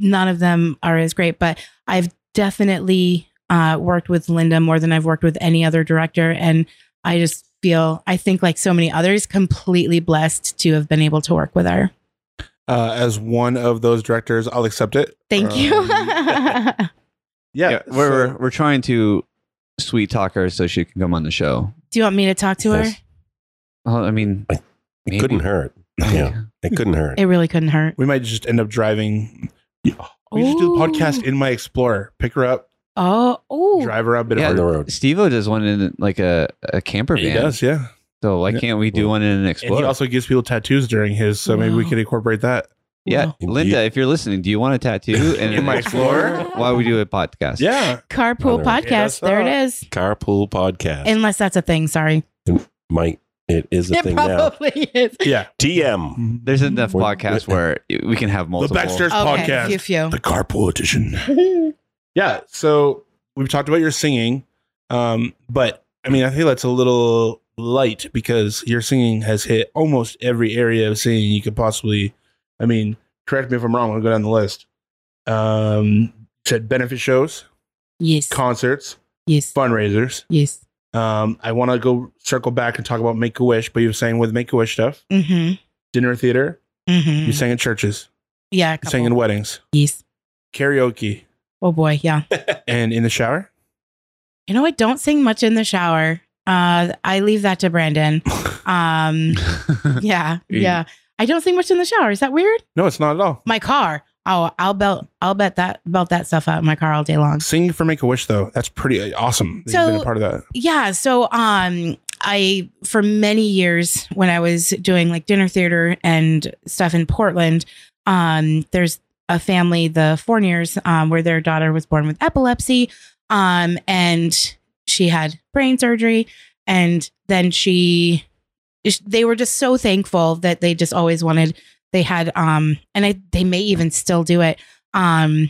S4: none of them are as great, but I've definitely uh, worked with Linda more than I've worked with any other director. And I just feel, I think, like so many others, completely blessed to have been able to work with her.
S3: <laughs> Uh, as one of those directors, I'll accept it.
S4: Thank
S3: Um,
S4: <laughs> you.
S3: yeah,
S2: Yeah, we're,
S3: so-
S2: we're we're trying to sweet talk her so she can come on the show.
S4: Do you want me to talk to her?
S1: Yes.
S2: Oh, I mean,
S1: It couldn't hurt. Yeah, it couldn't hurt.
S4: It really couldn't hurt.
S3: we might just end up driving. We just do
S4: Ooh.
S3: the podcast in my Explorer. Pick her up,
S4: Oh, oh,
S3: drive her up, bit
S2: Yeah.
S1: on
S3: of
S1: the road.
S2: Stevo does one in like a, a camper
S3: her.
S2: van.
S3: He does, yeah.
S2: So why
S3: Yeah.
S2: can't we do one in an
S3: And he
S2: Explorer?
S3: also gives people tattoos during his, so maybe we
S4: Wow.
S3: could incorporate that.
S2: yeah,
S1: Wow.
S2: Linda, if you're listening, do you want a
S3: <laughs>
S2: tattoo in
S3: In
S2: an
S3: my
S2: Explorer?
S4: Explorer?
S2: Why we do a podcast?
S3: Yeah,
S4: carpool
S1: Other-
S3: Yeah,
S4: podcast.
S3: that's
S4: there
S3: not-
S4: it is.
S1: Carpool podcast. And
S4: Unless that's a thing. Sorry.
S1: Mike, it is a
S4: It
S1: thing now.
S4: probably <laughs> is.
S3: yeah.
S1: TM.
S2: There's enough
S1: We're-
S2: podcasts where we can have
S3: The
S2: multiple.
S3: Baxter's
S4: Okay.
S3: podcast,
S4: Few, few.
S3: the Carpool Edition. yeah, so we've talked about your singing, um, but I mean, I think that's a little light because your singing has hit almost every area of singing you could possibly. I mean, correct me if I'm wrong. I'll go down the list. Um, said benefit shows,
S4: Yes.
S3: concerts,
S4: Yes.
S3: fundraisers.
S4: Yes.
S3: Um, I want to go circle back and talk about Make a Wish, but you were saying with Make a Wish stuff,
S4: Mm-hmm.
S3: dinner theater,
S4: Mm-hmm.
S3: you sang in churches,
S4: yeah. a
S3: you
S4: couple.
S3: sang in weddings,
S4: yes.
S3: karaoke,
S4: Oh boy. Yeah.
S3: <laughs> and in the shower.
S4: You know, I don't sing much in the shower. Uh, I leave that
S3: <laughs>
S4: to Brandon. Um, yeah,
S2: Mm.
S4: yeah. I don't sing much in the shower. Is that weird?
S3: No, it's not at all.
S4: My car. Oh, I'll belt. I'll bet that belt that stuff out in my car all day long.
S3: Singing for Make a Wish though, that's pretty uh, awesome. that
S4: So-
S3: you've been a part of that.
S4: Yeah. So, um, I for many years when I was doing like dinner theater and stuff in Portland, um, there's a family, the Fourniers, um, where their daughter was born with epilepsy, um, and she had brain surgery, and then she, they were just so thankful that they just always wanted. They had, um, and I, they may even still do it, um,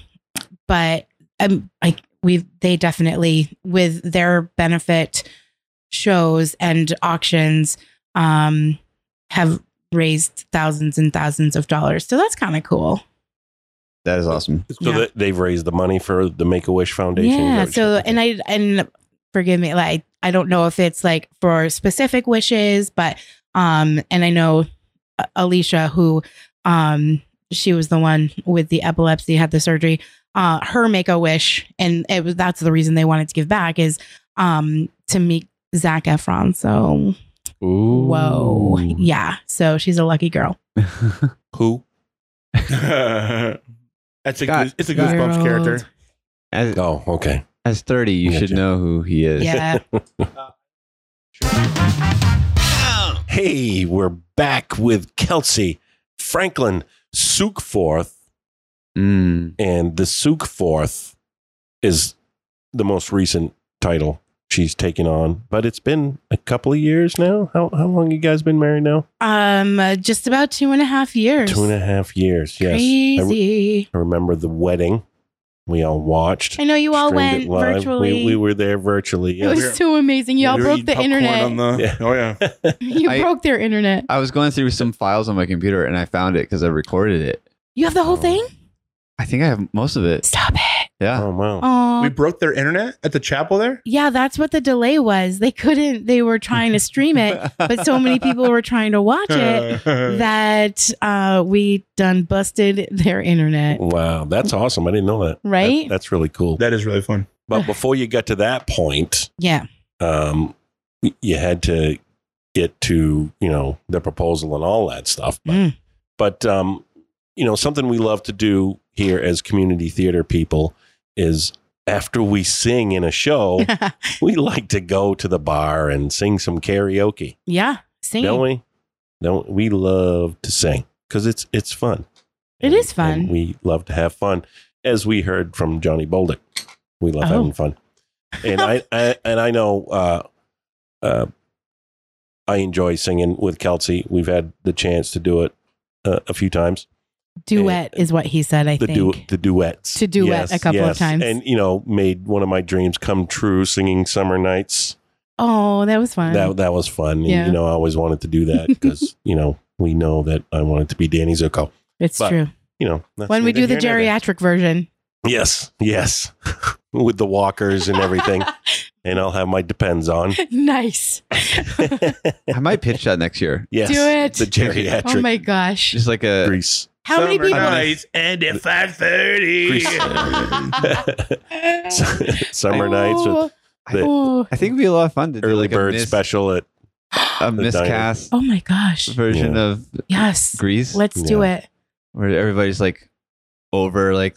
S4: but um, I we they definitely with their benefit shows and auctions um have raised thousands and thousands of dollars so that's kind of cool
S2: that is awesome.
S1: So
S4: Yeah.
S1: that they've raised the money for the Make a Wish Foundation. Is that
S4: yeah
S1: what
S4: so
S1: you're-
S4: and i and forgive me like i don't know if it's like for specific wishes but um and i know uh, alicia who um she was the one with the epilepsy had the surgery uh her make a wish and it was that's the reason they wanted to give back is um to meet zach efron so whoa yeah so she's a lucky girl
S1: who?
S3: <laughs> that's a
S2: Scott.
S3: goose, it's a goosebumps
S4: Gerald.
S3: character.
S2: <laughs> as,
S1: Oh, okay.
S2: as 30, you should
S1: Gotcha.
S2: know who he is.
S4: yeah
S1: Hey, we're back with Kelsey Franklin Sukforth,
S2: Mm.
S1: and the Sukforth is the most recent title she's taken on. But it's been a couple of years now. How how long you guys been married now?
S4: um uh, just about two and a half years
S1: Two and a half years. Yes, I, re-
S4: crazy
S1: I remember the wedding. We all watched.
S4: I, know you all
S1: streamed
S4: went
S1: it live.
S4: virtually
S1: We, we were there virtually.
S4: it
S1: Yes.
S4: was so amazing y'all
S3: We were
S4: broke
S3: eating
S4: the
S3: popcorn
S4: internet
S3: on the-
S1: Yeah.
S3: Oh yeah.
S4: <laughs> you
S2: I-
S4: broke their internet
S2: I was going through some files on my computer and I found it because I recorded it.
S4: you have the whole thing
S2: I think I have most of it.
S4: stop it
S1: <laughs>
S2: Yeah.
S4: <laughs>
S1: Oh wow.
S4: Oh,
S3: We broke their internet at the chapel there.
S4: yeah, that's what the delay was. They couldn't. They were trying to stream it, but so
S2: <laughs>
S4: many people were trying to
S1: <laughs>
S4: watch it that uh, we done busted their internet.
S1: Wow, that's awesome. I didn't know that.
S4: Right?
S1: Mm. That- that's really cool.
S3: that is really fun.
S1: but before you got to that point,
S4: yeah.
S1: um, y- you had to get to, you know, the proposal and all that stuff. But,
S4: Mm.
S1: but um, you know, something we love to do here as community theater people is after we sing in a show, <laughs> we like to go to the bar and sing some karaoke,
S4: <laughs> yeah. Singing.
S1: don't we? Don't we love to sing because it's it's fun.
S4: It is fun.
S1: and we love to have fun, as we heard from Johnny Boldick. We love
S4: Oh.
S1: having fun, and I,
S4: <laughs>
S1: I and I know uh, uh, I enjoy singing with Kelsey. We've had the chance to do it uh, a few times.
S4: duet is what he said, I
S1: The
S4: think.
S1: du- the duets
S4: To duet a couple of times.
S1: and you know made one of my dreams come true. Singing "Summer Nights."
S4: Oh, that was fun.
S1: that that was fun. And,
S4: Yeah.
S1: you know, I always wanted to do
S4: <laughs>
S1: that because you know we know that I wanted to be Danny Zuko.
S4: it's
S1: but-
S4: true.
S1: You know, that's
S4: When we
S1: neither
S4: do the
S1: here nor there.
S4: geriatric version.
S1: yes, yes, <laughs> with the walkers and everything,
S4: <laughs>
S1: and I'll have my depends on.
S4: nice.
S2: I might pitch that next year.
S1: <laughs> yes,
S4: Do it.
S1: the geriatric
S4: Oh my gosh.
S2: Just like a
S4: <laughs>
S1: grease. <laughs>
S4: How many
S3: Summer
S4: people?
S3: Nights and at five thirty.
S1: Grease.
S4: <laughs>
S1: Summer nights with
S4: Oh,
S1: the
S4: oh. <gasps>
S2: I think it'd be a lot of fun to do
S1: early
S2: like a
S1: bird
S2: mis-
S1: special at
S2: a
S1: the diner.
S2: miscast
S4: Oh my gosh.
S2: version of
S4: Yes.
S2: Grease
S4: Let's do it.
S2: where everybody's like over like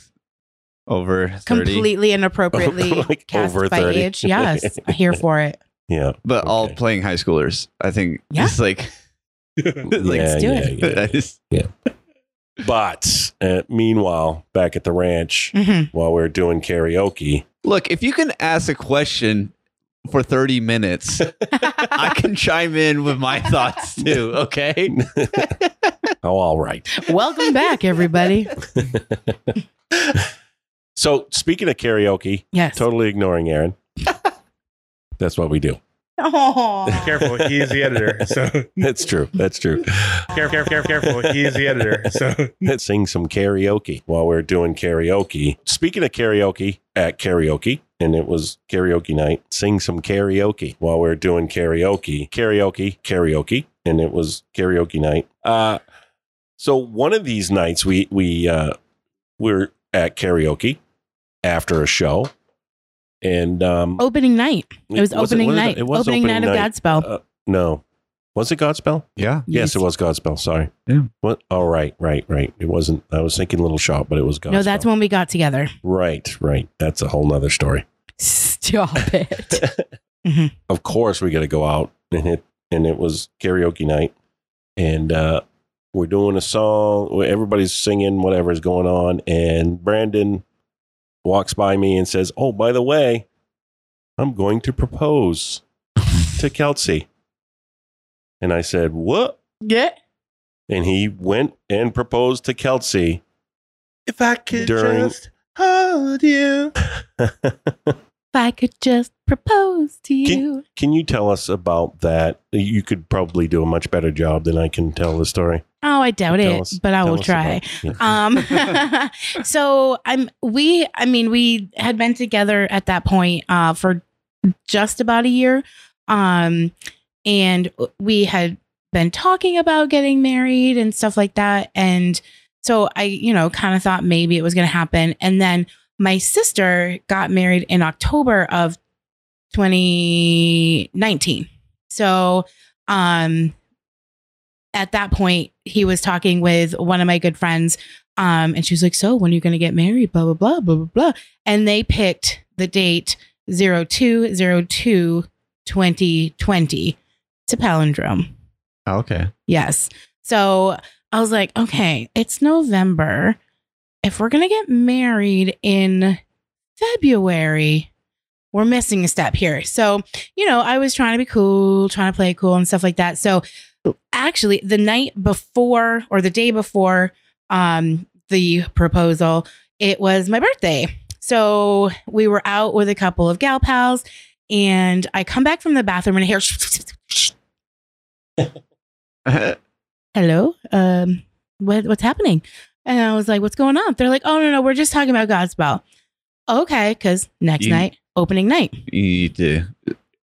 S2: over 30.
S4: Completely inappropriately
S1: <laughs> Like
S4: cast
S1: over
S4: by
S1: 30. <laughs>
S4: age. Yes. I'm here for it.
S1: yeah.
S2: but all
S1: Okay.
S2: playing high schoolers. I think
S4: Yeah.
S2: it's like <laughs> like
S1: yeah,
S4: Let's do
S2: <laughs>
S4: it.
S1: yeah, yeah.
S2: I just- <laughs>
S1: But uh, meanwhile, back at the ranch
S4: <laughs> Mhm.
S1: while we are doing karaoke,
S2: look, if you can ask a question for 30
S4: <laughs>
S2: minutes, I can chime in with my thoughts too,
S1: <laughs>
S2: okay?
S1: oh, all right.
S4: Welcome back, everybody.
S1: So speaking of karaoke,
S4: Yes.
S1: totally ignoring Aaron. That's what we do.
S4: <laughs> Aw.
S3: <laughs> Careful, he is the editor. So <laughs>
S1: That's true. That's true.
S3: careful, careful, careful, careful. He is the editor. So
S1: Let's sing some karaoke while we're doing karaoke. Speaking of karaoke at karaoke, and it was karaoke night, sing some karaoke while we're doing karaoke, karaoke, karaoke, and it was karaoke night. Uh, so one of these nights we we uh, we're at karaoke after a show, and um,
S4: Opening night. Oh, It was,
S1: it-
S4: opening
S1: what is
S4: night.
S1: It was
S4: opening, night of Godspell.
S1: Uh, no. Was it Godspell?
S2: Yeah.
S1: Yes, it was Godspell. Sorry.
S2: Yeah.
S1: What? Oh, right, right, right. It wasn't. I was thinking Little Shop, but it was Godspell.
S4: No, that's when we got together. <laughs>
S1: Right, right. That's a whole nother story.
S4: Stop
S1: <laughs>
S4: it. Mm-hmm.
S1: Of course, we got to go out and it and it was karaoke night, and uh, we're doing a song. where Everybody's singing whatever's going on, and Brandon walks by me and says, "Oh, by the way, I'm going to propose to Kelsey." And I said, "What?"
S4: yeah.
S1: and he went and proposed to Kelsey. <laughs>
S3: if I could
S1: During-
S3: just hold
S4: <laughs>
S3: you,
S4: If I could just propose to you.
S1: Can you tell us about that? You could probably do a much better job than I can tell the story.
S4: Oh, I doubt
S1: Tell
S4: it,
S1: us-
S4: but I
S1: tell
S4: will
S1: us
S4: try. <laughs>
S1: about- <laughs> yeah.
S4: Um, so I'm we. I mean, we had been together at that point uh, for just about a year, um, and we had been talking about getting married and stuff like that. And so I, you know, kind of thought maybe it was going to happen. And then my sister got married in October of 2019. So, um, at that point, he was talking with one of my good friends um, and she was like, So when are you gonna get married? Blah blah blah blah blah blah. And they picked the date 0202 2020. It's a palindrome.
S2: Okay.
S4: Yes. So I was like, okay, it's November. If we're gonna get married in February, we're missing a step here. So, you know, I was trying to be cool, trying to play it cool and stuff like that. So actually the night before or the day before um the proposal, it was my birthday. So we were out with a couple of gal pals and I come back from the bathroom and I hear
S2: <laughs>
S4: hello um what what's happening and i was like what's going on they're like oh no no we're just talking about godspell okay, because next
S2: You-
S4: night, opening night.
S2: You need to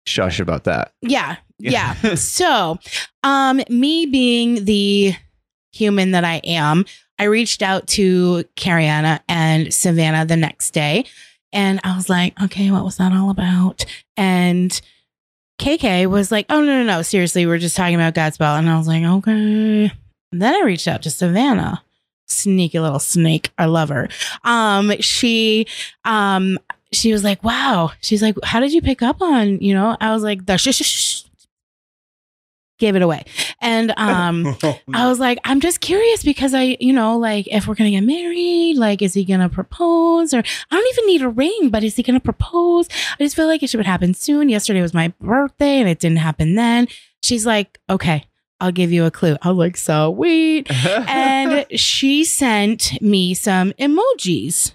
S2: shush about that.
S4: Yeah.
S2: <laughs>
S4: Yeah. so, um, me being the human that I am, I reached out to Cariana and Savannah the next day. And I was like, okay, what was that all about? And KK was like, oh, no, no, no. Seriously, we're just talking about Godspell. And I was like, okay. And then I reached out to Savannah. Sneaky little snake. I love her. Um, she um she was like, "Wow." She's like, "How did you pick up on?" You know, I was like, "The shh, shh, shh." gave it away, and um, I was like, "I'm just curious because I, you know, like if we're gonna get married, like is he gonna propose? Or I don't even need a ring, but is he gonna propose? I just feel like it should happen soon. Yesterday was my birthday, and it didn't happen then." She's like, "Okay." I'll give you a clue. I was like, so wait and
S2: <laughs>
S4: she sent me some emojis.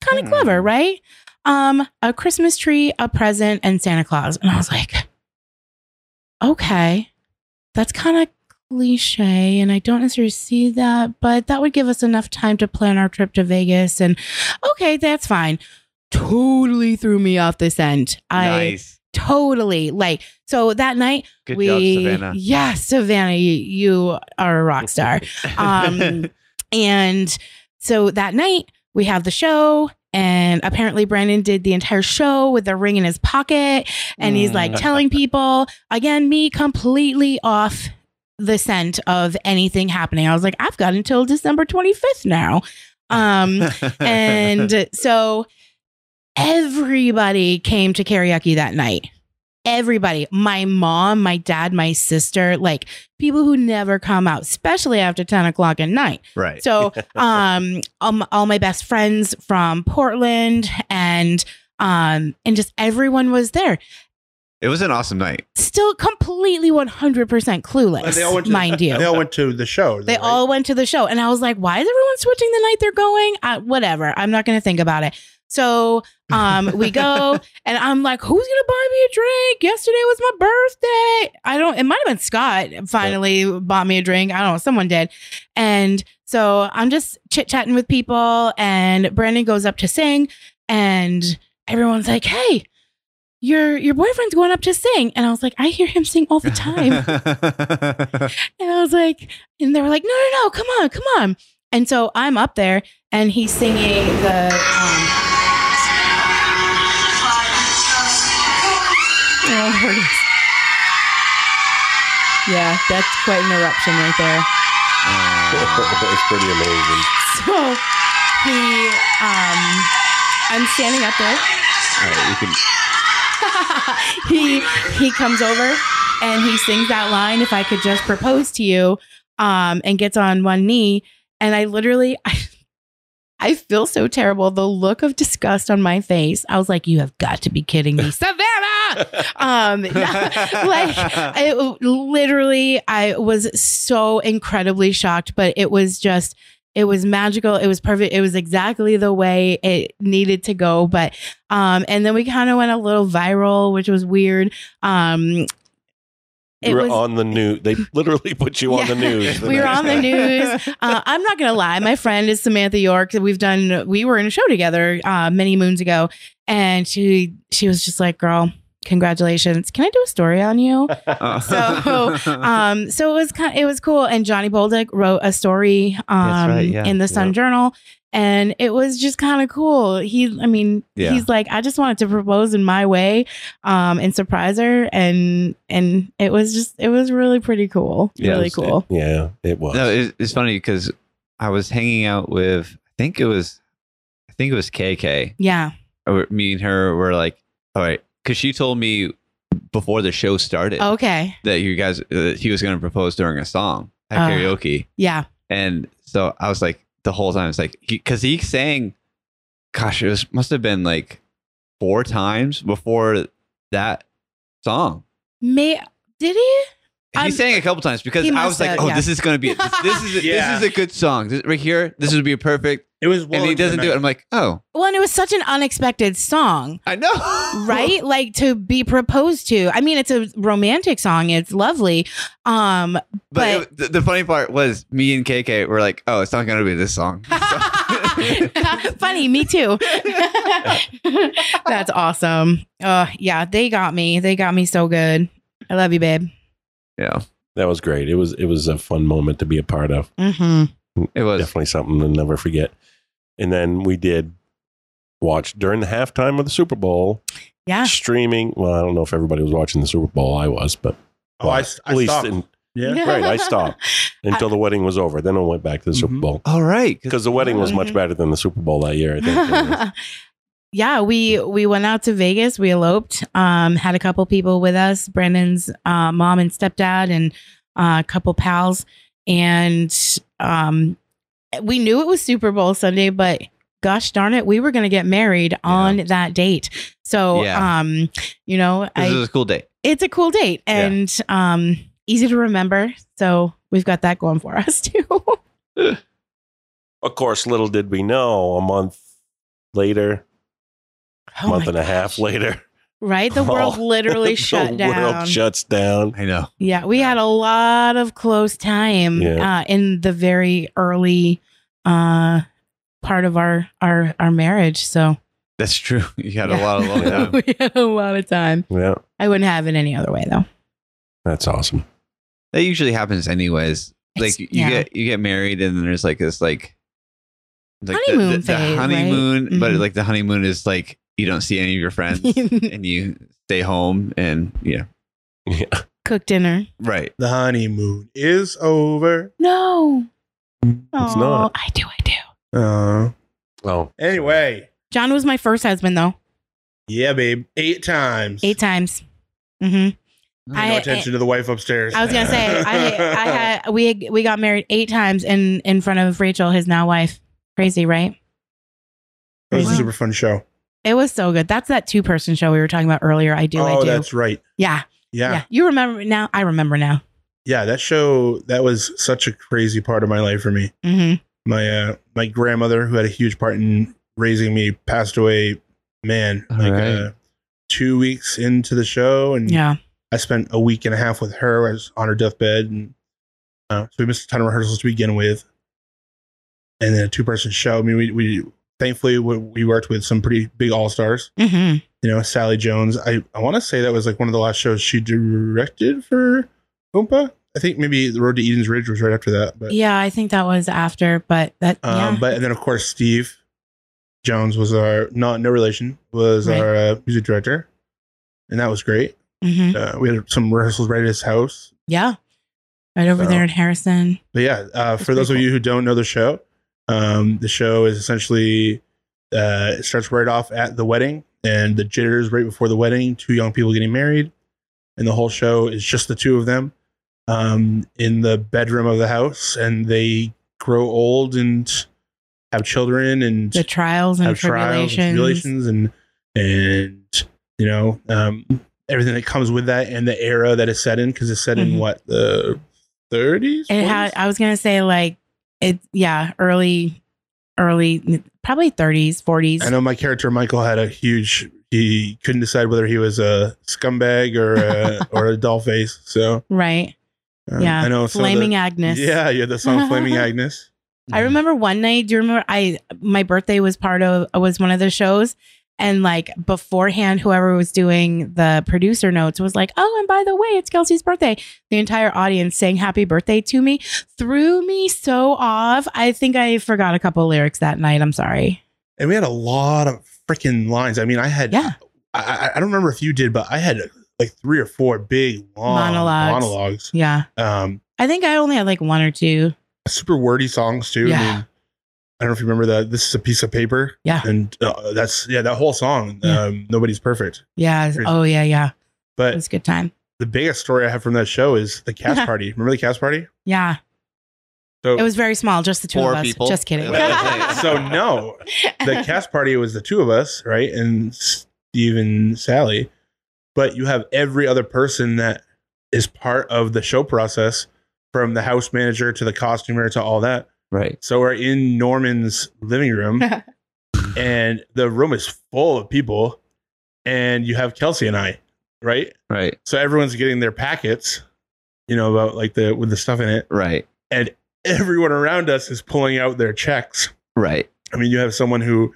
S4: Kind of
S3: Hmm.
S4: clever, right? Um, a Christmas tree, a present, and Santa Claus. And I was like, okay, that's kind of cliche. And I don't necessarily see that, but that would give us enough time to plan our trip to Vegas. And okay, that's fine. Totally threw me off this end. I
S2: nice.
S4: totally like, so that night,
S2: Good
S4: we,
S2: job, Savannah.
S4: Yeah, Savannah, you, you are a rock star. Um, and so that night we have the show. And apparently, Brandon did the entire show with the ring in his pocket. And he's like telling people, again, me completely off the scent of anything happening. I was like, I've got until December 25th now. Um,
S3: <laughs>
S4: and so everybody came to karaoke that night. Everybody, my mom, my dad, my sister, like people who never come out, especially after 10 o'clock at night.
S2: <laughs> right.
S3: <laughs>
S4: So, um, um, all my best friends from Portland and, um, and just everyone was there.
S2: it was an awesome night.
S4: Still completely 100% clueless,
S3: They all went to-
S4: mind you.
S3: they all went to the show.
S4: They
S3: right?
S4: all went to the show, and I was like, "Why is everyone switching the night they're going?" I, whatever, I'm not going to think about it. So um,
S3: <laughs>
S4: we go, and I'm like, "Who's going to buy me a drink?" Yesterday was my birthday. I don't. It might have been Scott. Finally, bought me a drink. I don't know. Someone did, and so I'm just chit chatting with people, and Brandon goes up to sing, and everyone's like, "Hey." Your your boyfriend's going up to sing, and I was like, I hear him sing
S3: <laughs>
S4: all
S2: <laughs>
S4: the <laughs> time. And I was like, and they were like, no, no, no, come on, come on. And so I'm up there and he's singing the. Um, <laughs> Oh, there it is. yeah, that's quite an eruption right there.
S1: <laughs>
S4: <laughs>
S1: it's pretty amazing.
S4: So he, um, I'm standing up there.
S2: All right, you can-
S4: <laughs> he he comes over and he sings that line if i could just propose to you um and gets on one knee and i literally <laughs> i i feel so terrible the look of disgust on my face i was like you have got to be kidding me savannah um <laughs> <laughs> like I literally I was so incredibly shocked, but it was just it was magical. It was perfect. It was exactly the way it needed to go. But um and then we kind of went a little viral, which was weird. Um it
S1: You were
S4: was
S1: on the news. They literally put you on the
S4: Yeah. <laughs>
S1: news. the
S4: we were
S1: next
S4: on the
S1: night.
S2: <laughs>
S4: news. Uh, I'm not gonna lie. My friend is Samantha York. We've done. We were in a show together uh, many moons ago, and she she was just like, "Girl, congratulations! Can I do a story on you?" So,
S2: Uh-huh.
S4: um so it was kind it was cool and johnny bolduc wrote a story um
S2: right, yeah.
S4: in the sun
S1: Yeah.
S4: journal and it was just kind of cool he i mean
S2: Yeah.
S4: he's like i just wanted to propose in my way um and surprise her and and it was just it was really pretty cool
S2: Yeah,
S4: really
S2: it's-
S4: cool
S1: Yeah, it was.
S2: no, it, it's funny because I was hanging out with I think it was I think it was KK.
S4: yeah
S2: Or Me and her were like, all right, because she told me before the show
S4: Oh,
S2: started
S4: okay
S2: that you guys uh, he was going to propose during a song at
S4: Ah.
S2: karaoke,
S4: yeah
S2: and so I was like the whole time it's like because he, sang, gosh, it was must have been like four times before that song.
S4: may did he
S2: He
S4: I'm-
S2: sang a couple times because
S4: Um, He
S2: I
S4: must
S2: was like,
S4: have,
S2: "Oh,
S4: yeah.
S2: this is gonna be this, this is
S3: Yeah.
S2: this is a good song this, right here. This would be perfect."
S3: It was. Well
S2: and he
S3: into the
S2: doesn't do it.
S3: night.
S2: I'm like, "Oh,
S4: well and it was such an unexpected song
S2: I know, <laughs>
S4: right like to be proposed to i mean it's a romantic song it's lovely um
S2: But, it- the, the funny part was, me and KK were like, "Oh, it's not gonna be this song." <laughs>
S4: <laughs> Funny, me too. That's awesome. Uh, yeah, they got me. They got me so good. I love you, babe.
S2: yeah,
S1: That was great. It was it was a fun moment to be a part of.
S4: Mm-hmm.
S2: it was.
S1: Definitely something to never forget. And then we did watch during the halftime of the Super Bowl
S4: Yeah.
S1: streaming. Well, I don't know if everybody was watching the Super Bowl. I was, but
S3: Oh, I, s- I
S1: at least
S3: stopped.
S1: in-
S3: yeah.
S1: right, I stopped until the wedding was over. Then I went back to the
S4: Mm-hmm.
S1: Super
S3: Mhm.
S1: Bowl
S2: All right,
S1: because the wedding was much
S4: Mhm.
S1: better than the Super Bowl that year. I
S4: <laughs>
S1: think.
S4: yeah, we we went out to Vegas. We eloped. Um, had a couple people with us, Brandon's uh, mom and stepdad, and uh, a couple pals. And um, we knew it was Super Bowl Sunday, but gosh darn it, we were going to get married on that date. So,
S2: Yeah.
S4: um, you know,
S2: this
S4: I,
S2: is a cool day.
S4: it's a cool date
S2: Yeah.
S4: and um, easy to remember. So we've got that going for us <laughs> too.
S1: of course, little did we know, a month later,
S4: Oh
S1: month
S4: my
S1: and a half
S4: gosh.
S1: later,
S4: Right?
S1: <laughs>
S4: The world
S1: Oh,
S4: literally
S1: the
S4: shut
S1: world
S4: down.
S1: shuts down.
S2: I know.
S4: yeah, we had a lot of close time
S1: Yeah.
S4: uh, in the very early uh, part of our our our marriage. So
S2: That's true. <laughs> You had a
S4: Yeah.
S2: lot of long time.
S4: <laughs> we had a lot of time.
S1: Yeah,
S4: I wouldn't have it any other way though.
S1: that's awesome.
S2: that usually happens anyways.
S4: It's-
S2: Like you
S4: yeah.
S2: get you get married and then there's like this like, like the-
S4: Honeymoon
S2: the, the,
S4: phase, right?
S2: honeymoon, but
S4: Mhm.
S2: like the honeymoon is like you don't see any of your friends
S4: <laughs>
S2: and you stay home and yeah
S4: Cook dinner.
S2: right
S3: The honeymoon is over.
S4: No.
S1: It's not.
S4: I do, I do.
S3: Uh,
S1: Oh,
S3: anyway,
S4: John was my first husband though.
S3: yeah, babe. Eight times.
S4: Eight times. hmm
S3: Pay no
S4: I-
S3: attention to the wife upstairs.
S4: I was gonna say
S3: <laughs>
S4: I, I had we had, we got married eight times in in front of Rachel, his now wife. Crazy, right?
S3: It was a
S4: Wow.
S3: super fun show.
S4: It was so good. That's that two person show we were talking about earlier. I do, I
S3: oh,
S4: do.
S3: that's right.
S4: yeah, yeah,
S3: Yeah. yeah.
S4: You remember now? I remember now.
S3: that show that was such a crazy part of my life for me.
S4: hmm
S3: My uh my grandmother who had a huge part in raising me passed away, man,
S2: All
S3: like
S2: right.
S3: uh, 2 weeks into the show and
S4: Yeah,
S3: I spent a week and a half with her. I was on her deathbed, and uh, so we missed a ton of rehearsals to begin with. And then a two-person show. I mean, we, we thankfully we, we worked with some pretty big all-stars.
S4: hmm
S3: You know, Sally Jones. I I want to say that was like one of the last shows she directed for Oompa. I think maybe The Road to Eden's Ridge was right after that. But
S4: yeah. I think that was after, but that
S3: um,
S4: yeah.
S3: but and then of course Steve Jones was our not no relation was
S4: Right.
S3: our uh, music director, and that was great.
S4: hmm
S3: Uh, we had some rehearsals right at his house.
S4: yeah, right over
S3: So-
S4: there in Harrison.
S3: But yeah, uh, for
S4: pretty
S3: those of
S4: cool.
S3: you who don't know the show, um, the show is essentially uh, it starts right off at the wedding, and the jitters right before the wedding. Two young people getting married, and the whole show is just the two of them um, in the bedroom of the house, and they grow old and have children and
S4: The trials and
S3: have trials and
S4: tribulations.
S3: tribulations and and you know um, everything that comes with that and the era that is set in because it's set in
S4: Mhm.
S3: what the 30s
S4: It had.
S3: 40s?
S4: I was gonna say like it. Yeah, early, early, probably thirties, forties.
S3: I know my character Michael had a huge. He couldn't decide whether he was a scumbag or
S4: <laughs>
S3: a, or a doll face. So
S4: Right.
S3: um,
S4: Yeah.
S3: I know some of the-
S4: Flaming Agnes.
S3: Yeah, yeah, the
S4: <laughs>
S3: song "Flaming Agnes."
S4: I
S3: Mm-hmm.
S4: remember one night. Do you remember? I my birthday was part of was one of the shows, and like beforehand, whoever was doing the producer notes was like, "Oh, and by the way, it's Kelsey's birthday." The entire audience sang "Happy Birthday" to me threw me so off. I think I forgot a couple lyrics that night. I'm sorry.
S3: And we had a lot of freaking lines. I mean, I had.
S4: Yeah.
S3: I, I, I don't remember if you did, but I had like three or four big long
S4: Monologues.
S3: monologues.
S4: Yeah,
S3: Um,
S4: I think I only had like one or two.
S3: super wordy songs too. I,
S4: Yeah.
S3: mean, I don't know if you remember that. This is a piece of paper.
S4: Yeah.
S3: And uh, that's yeah, that whole song.
S4: Yeah.
S3: Um, nobody's perfect,
S4: Yeah.
S3: Crazy.
S4: Oh yeah, yeah. It
S3: but
S4: was a good time.
S3: the biggest story I have from that show is the cast party. Remember the cast party?
S4: Yeah.
S3: So
S4: It was very small, just the two
S2: Four
S4: of us.
S2: people.
S4: Just kidding.
S3: <laughs> so
S4: <laughs>
S3: no, the cast party was the two of us, right? And Steve and Sally. But you have every other person that is part of the show process, from the house manager to the costumer to all that.
S2: right
S3: So we're in Norman's living
S4: <laughs>
S3: room, and the room is full of people, and you have Kelsey and I, right?
S2: right
S3: So everyone's getting their packets, you know, about like the with the stuff in it.
S2: right
S3: and everyone around us is pulling out their checks
S2: right
S3: I mean, you have someone who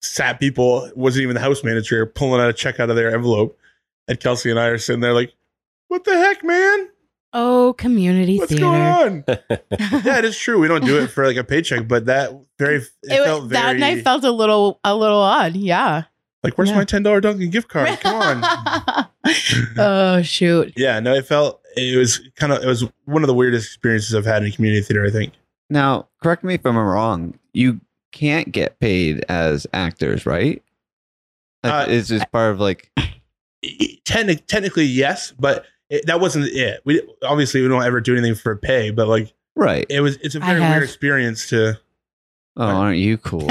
S3: sat people, wasn't even the house manager, pulling out a check out of their envelope. And Kelsey and I are sitting there like, what the heck, man?
S4: Oh, community
S3: What's going
S4: theater.
S3: on?
S4: <laughs>
S3: Yeah, it is true. We don't do it for like a paycheck, but that very, it,
S4: It
S3: felt
S4: was,
S3: very,
S4: that night felt a little a little odd. Yeah.
S3: like, where's
S4: yeah.
S3: my $10 Dunkin' gift
S4: <laughs>
S3: card? Come on.
S4: oh shoot. <laughs>
S3: Yeah, no, it felt, it was kind of, it was one of the weirdest experiences I've had in community theater, I think.
S2: Now, correct me if I'm wrong. You can't get paid as actors, right?
S3: Uh,
S2: it's just part of like
S3: Techni- technically, yes, but it, that wasn't it. We Obviously, we don't ever do anything for pay, but like,
S2: right.
S3: it was, it's a
S4: I
S3: very
S4: have.
S3: weird experience to,
S2: Oh, aren't you cool?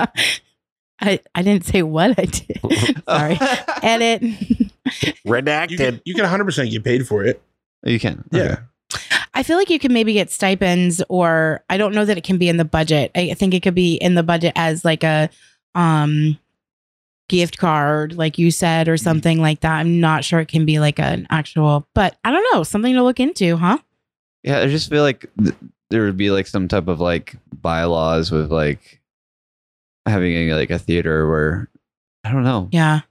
S4: I I didn't say what I did. <laughs> <laughs> Sorry. Edit.
S3: you
S1: Redacted.
S3: can, you can 100% get paid for it.
S2: <laughs> you can.
S3: Yeah.
S2: Okay.
S4: I feel like you can maybe get stipends or I don't know that it can be in the budget. I I think it could be in the budget as like a um gift card like you said
S3: Mm-hmm.
S4: or something like that. I'm not sure it can be like an actual but I don't know, something to look into, huh?
S2: Yeah, I just feel like th- there would be like some type of like bylaws with like having a, like a theater where I
S1: <laughs>
S2: don't know.
S4: Yeah.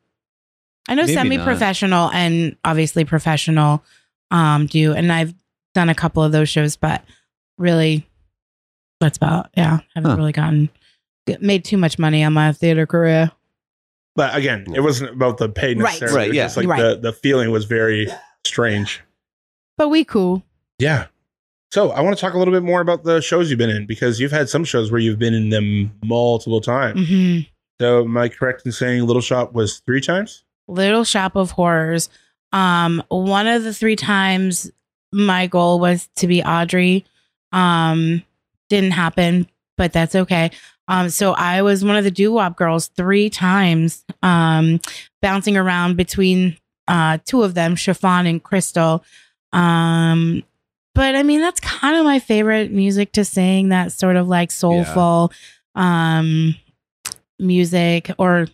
S4: I know
S2: Maybe not.
S4: semi professional and obviously professional um do and I've done a couple of those shows, but really that's about yeah. Haven't
S2: Huh.
S4: really gotten made too much money on my theater career.
S3: But again, it wasn't about the pay
S4: Right.
S3: necessarily.
S2: Right,
S3: It was
S2: yeah.
S3: just like
S4: Right.
S3: the, the feeling was very strange.
S4: But we cool.
S3: Yeah. So I want to talk a little bit more about the shows you've been in because you've had some shows where you've been in them multiple times.
S4: hmm
S3: So am I correct in saying Little Shop was three times?
S4: Little Shop of Horrors. Um, one of the three times my goal was to be Audrey. Um, didn't happen, but that's okay. Um, so I was one of the doo wop girls three times, um, bouncing around between uh two of them, Chiffon and Crystal. Um, but I mean that's kind of my favorite music to sing, that sort of like soulful um music or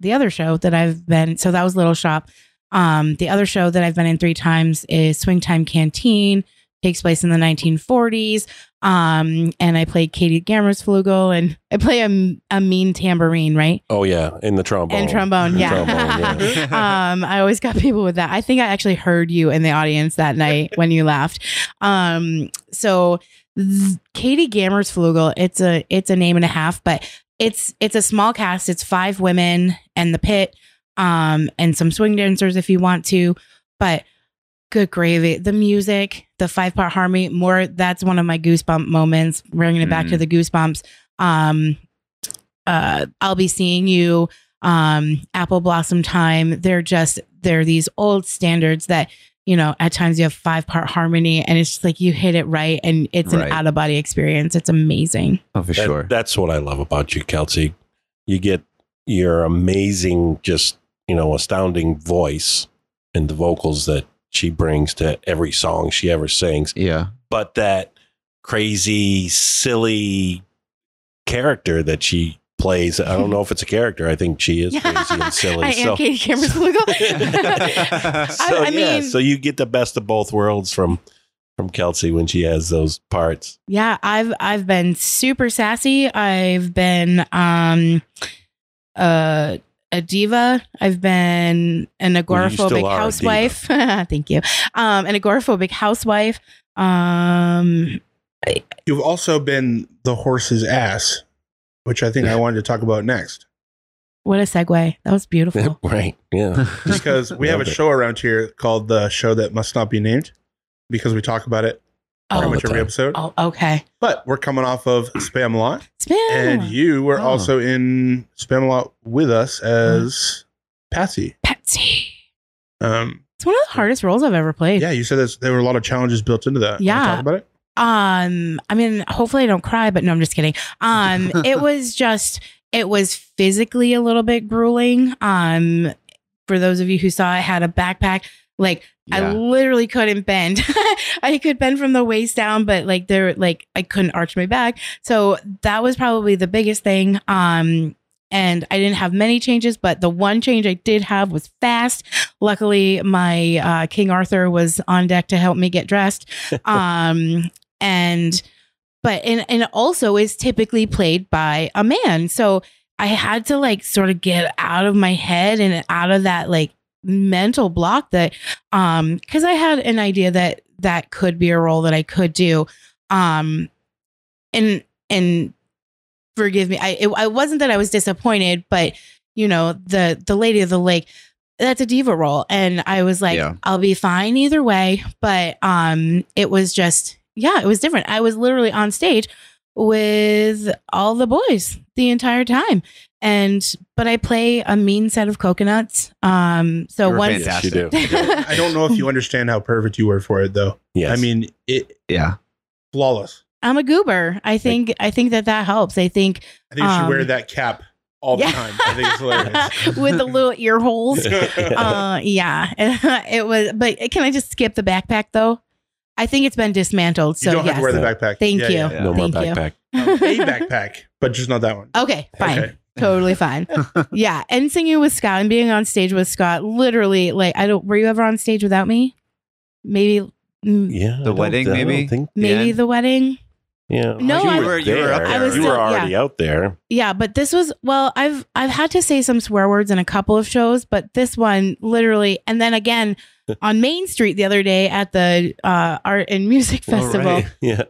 S4: the other show that I've been so that was Little Shop. Um, the other show that I've been in three times is Swingtime Canteen. Takes place in the 1940s. Um, and I play Katie Gammersflugel and I play a, a mean tambourine, right?
S1: oh yeah, in the trombone.
S4: And trombone,
S1: And
S4: yeah. <laughs>
S1: trombone, yeah.
S2: <laughs>
S4: um, I always got people with that. I think I actually heard you in the audience that night when you laughed. Um, so th- Katie Gammersflugel, it's a it's a name and a half, but it's it's a small cast. It's five women and the pit, um, and some swing dancers if you want to. But good gravy, the music, the five part harmony, more. That's one of my goosebump moments. Bringing it back to
S2: Mm.
S4: the goosebumps. Um, uh, I'll be seeing you um, apple blossom time. They're just they're these old standards that you know at times you have five part harmony, and it's just like you hit it right, and it's
S2: Right.
S4: an out of body experience. It's amazing.
S2: oh, for
S1: That-
S2: sure.
S1: That's what I love about you, Kelsey. You get your amazing, just, you know, astounding voice and the vocals that she brings to every song she ever sings. <laughs>
S2: yeah.
S1: But that crazy, silly character that she plays, I don't know if it's a character. I think she is crazy
S4: <laughs>
S1: and silly. <laughs>
S4: I am Katie Cameron
S1: so
S4: I
S1: yeah,
S4: mean-
S1: so you get the best of both worlds from from Kelsey when she has those parts.
S4: Yeah, I've I've been super sassy. I've been um uh a diva. I've been an
S1: Well, you still
S4: agoraphobic
S1: are a
S4: housewife. <laughs> Thank you. Um an agoraphobic housewife. Um
S3: You've also been the horse's ass, which I think I wanted to talk about next
S4: what a segue. That
S1: <laughs>
S4: was beautiful.
S1: right. Yeah.
S4: <laughs>
S3: because we have a
S1: Love it.
S3: show around here called The Show That Must Not Be Named because we talk about it
S1: All
S3: pretty
S1: the
S3: much every
S1: time.
S3: episode.
S4: Oh, okay.
S3: But we're coming off of Spam Lot.
S4: Spin.
S3: and you were
S2: Oh.
S3: also in Spamalot with us
S4: Mm.
S3: as Patsy.
S4: Patsy.
S3: Um,
S4: It's one of the hardest roles I've ever played.
S3: yeah, you said that's, there were a lot of challenges built into that. Wanna
S4: Yeah.
S3: talk about it.
S4: Um, I mean, hopefully I don't cry, but no, I'm just kidding.
S3: <laughs>
S4: Um, it was just it was physically a little bit grueling. Um, for those of you who saw, I had a backpack. Like I
S2: Yeah.
S4: literally couldn't bend. <laughs> I could bend from the waist down, but like there, like I couldn't arch my back. So that was probably the biggest thing. Um, and I didn't have many changes, but the one change I did have was fast. Luckily, my uh, King Arthur was on deck to help me get dressed. Um, and but and and also is typically played by a man. So I had to like sort of get out of my head and out of that like mental block that um cuz I had an idea that that could be a role that I could do um and and forgive me I it, I wasn't that I was disappointed but you know the the lady of the lake that's a diva role and I was like
S2: Yeah.
S4: I'll be fine either way but um it was just yeah it was different I was literally on stage with all the boys the entire time and but I play a mean set of coconuts um so
S2: You're
S4: once
S1: Yes, you
S2: Fantastic.
S1: do.
S3: I don't know if you understand how perfect you were for it, though.
S1: Yes.
S3: I mean, it
S4: <laughs>
S1: <laughs>
S2: Yeah.
S3: flawless.
S4: <laughs> I'm a goober. I think I think that that helps. I think
S3: I think you should
S4: Um,
S3: wear that cap all the
S4: yeah.
S3: time. <laughs> I think it's hilarious.
S4: <laughs>
S3: <laughs>
S4: with the little ear holes. Uh, yeah, <laughs> it was. But can I just skip the backpack though? I think it's been dismantled.
S3: you
S4: So
S3: don't have
S4: yes,
S3: to wear the backpack.
S4: Thank you.
S2: yeah.
S1: no more
S4: Thank you.
S1: backpack.
S3: Um, a backpack, but just not that one.
S4: okay, fine,
S3: Okay.
S4: totally fine. yeah, and singing with Scott and being on stage with Scott, literally, like I don't. Were you ever on stage without me? Maybe, mm,
S1: Yeah. I don't-
S2: wedding,
S1: I don't
S2: maybe?
S1: think-
S4: maybe
S2: Yeah.
S4: the wedding.
S1: yeah.
S4: No,
S1: you
S4: I-
S1: were,
S2: You were up
S1: there.
S2: there, I was
S1: You
S4: still-
S1: were already out there. <laughs>
S4: Yeah, but this was well, I've I've had to say some swear words in a couple of shows, but this one literally and then
S1: <laughs>
S4: again on Main Street the other day at the uh, art and music
S1: All
S4: festival,
S1: right. Yeah.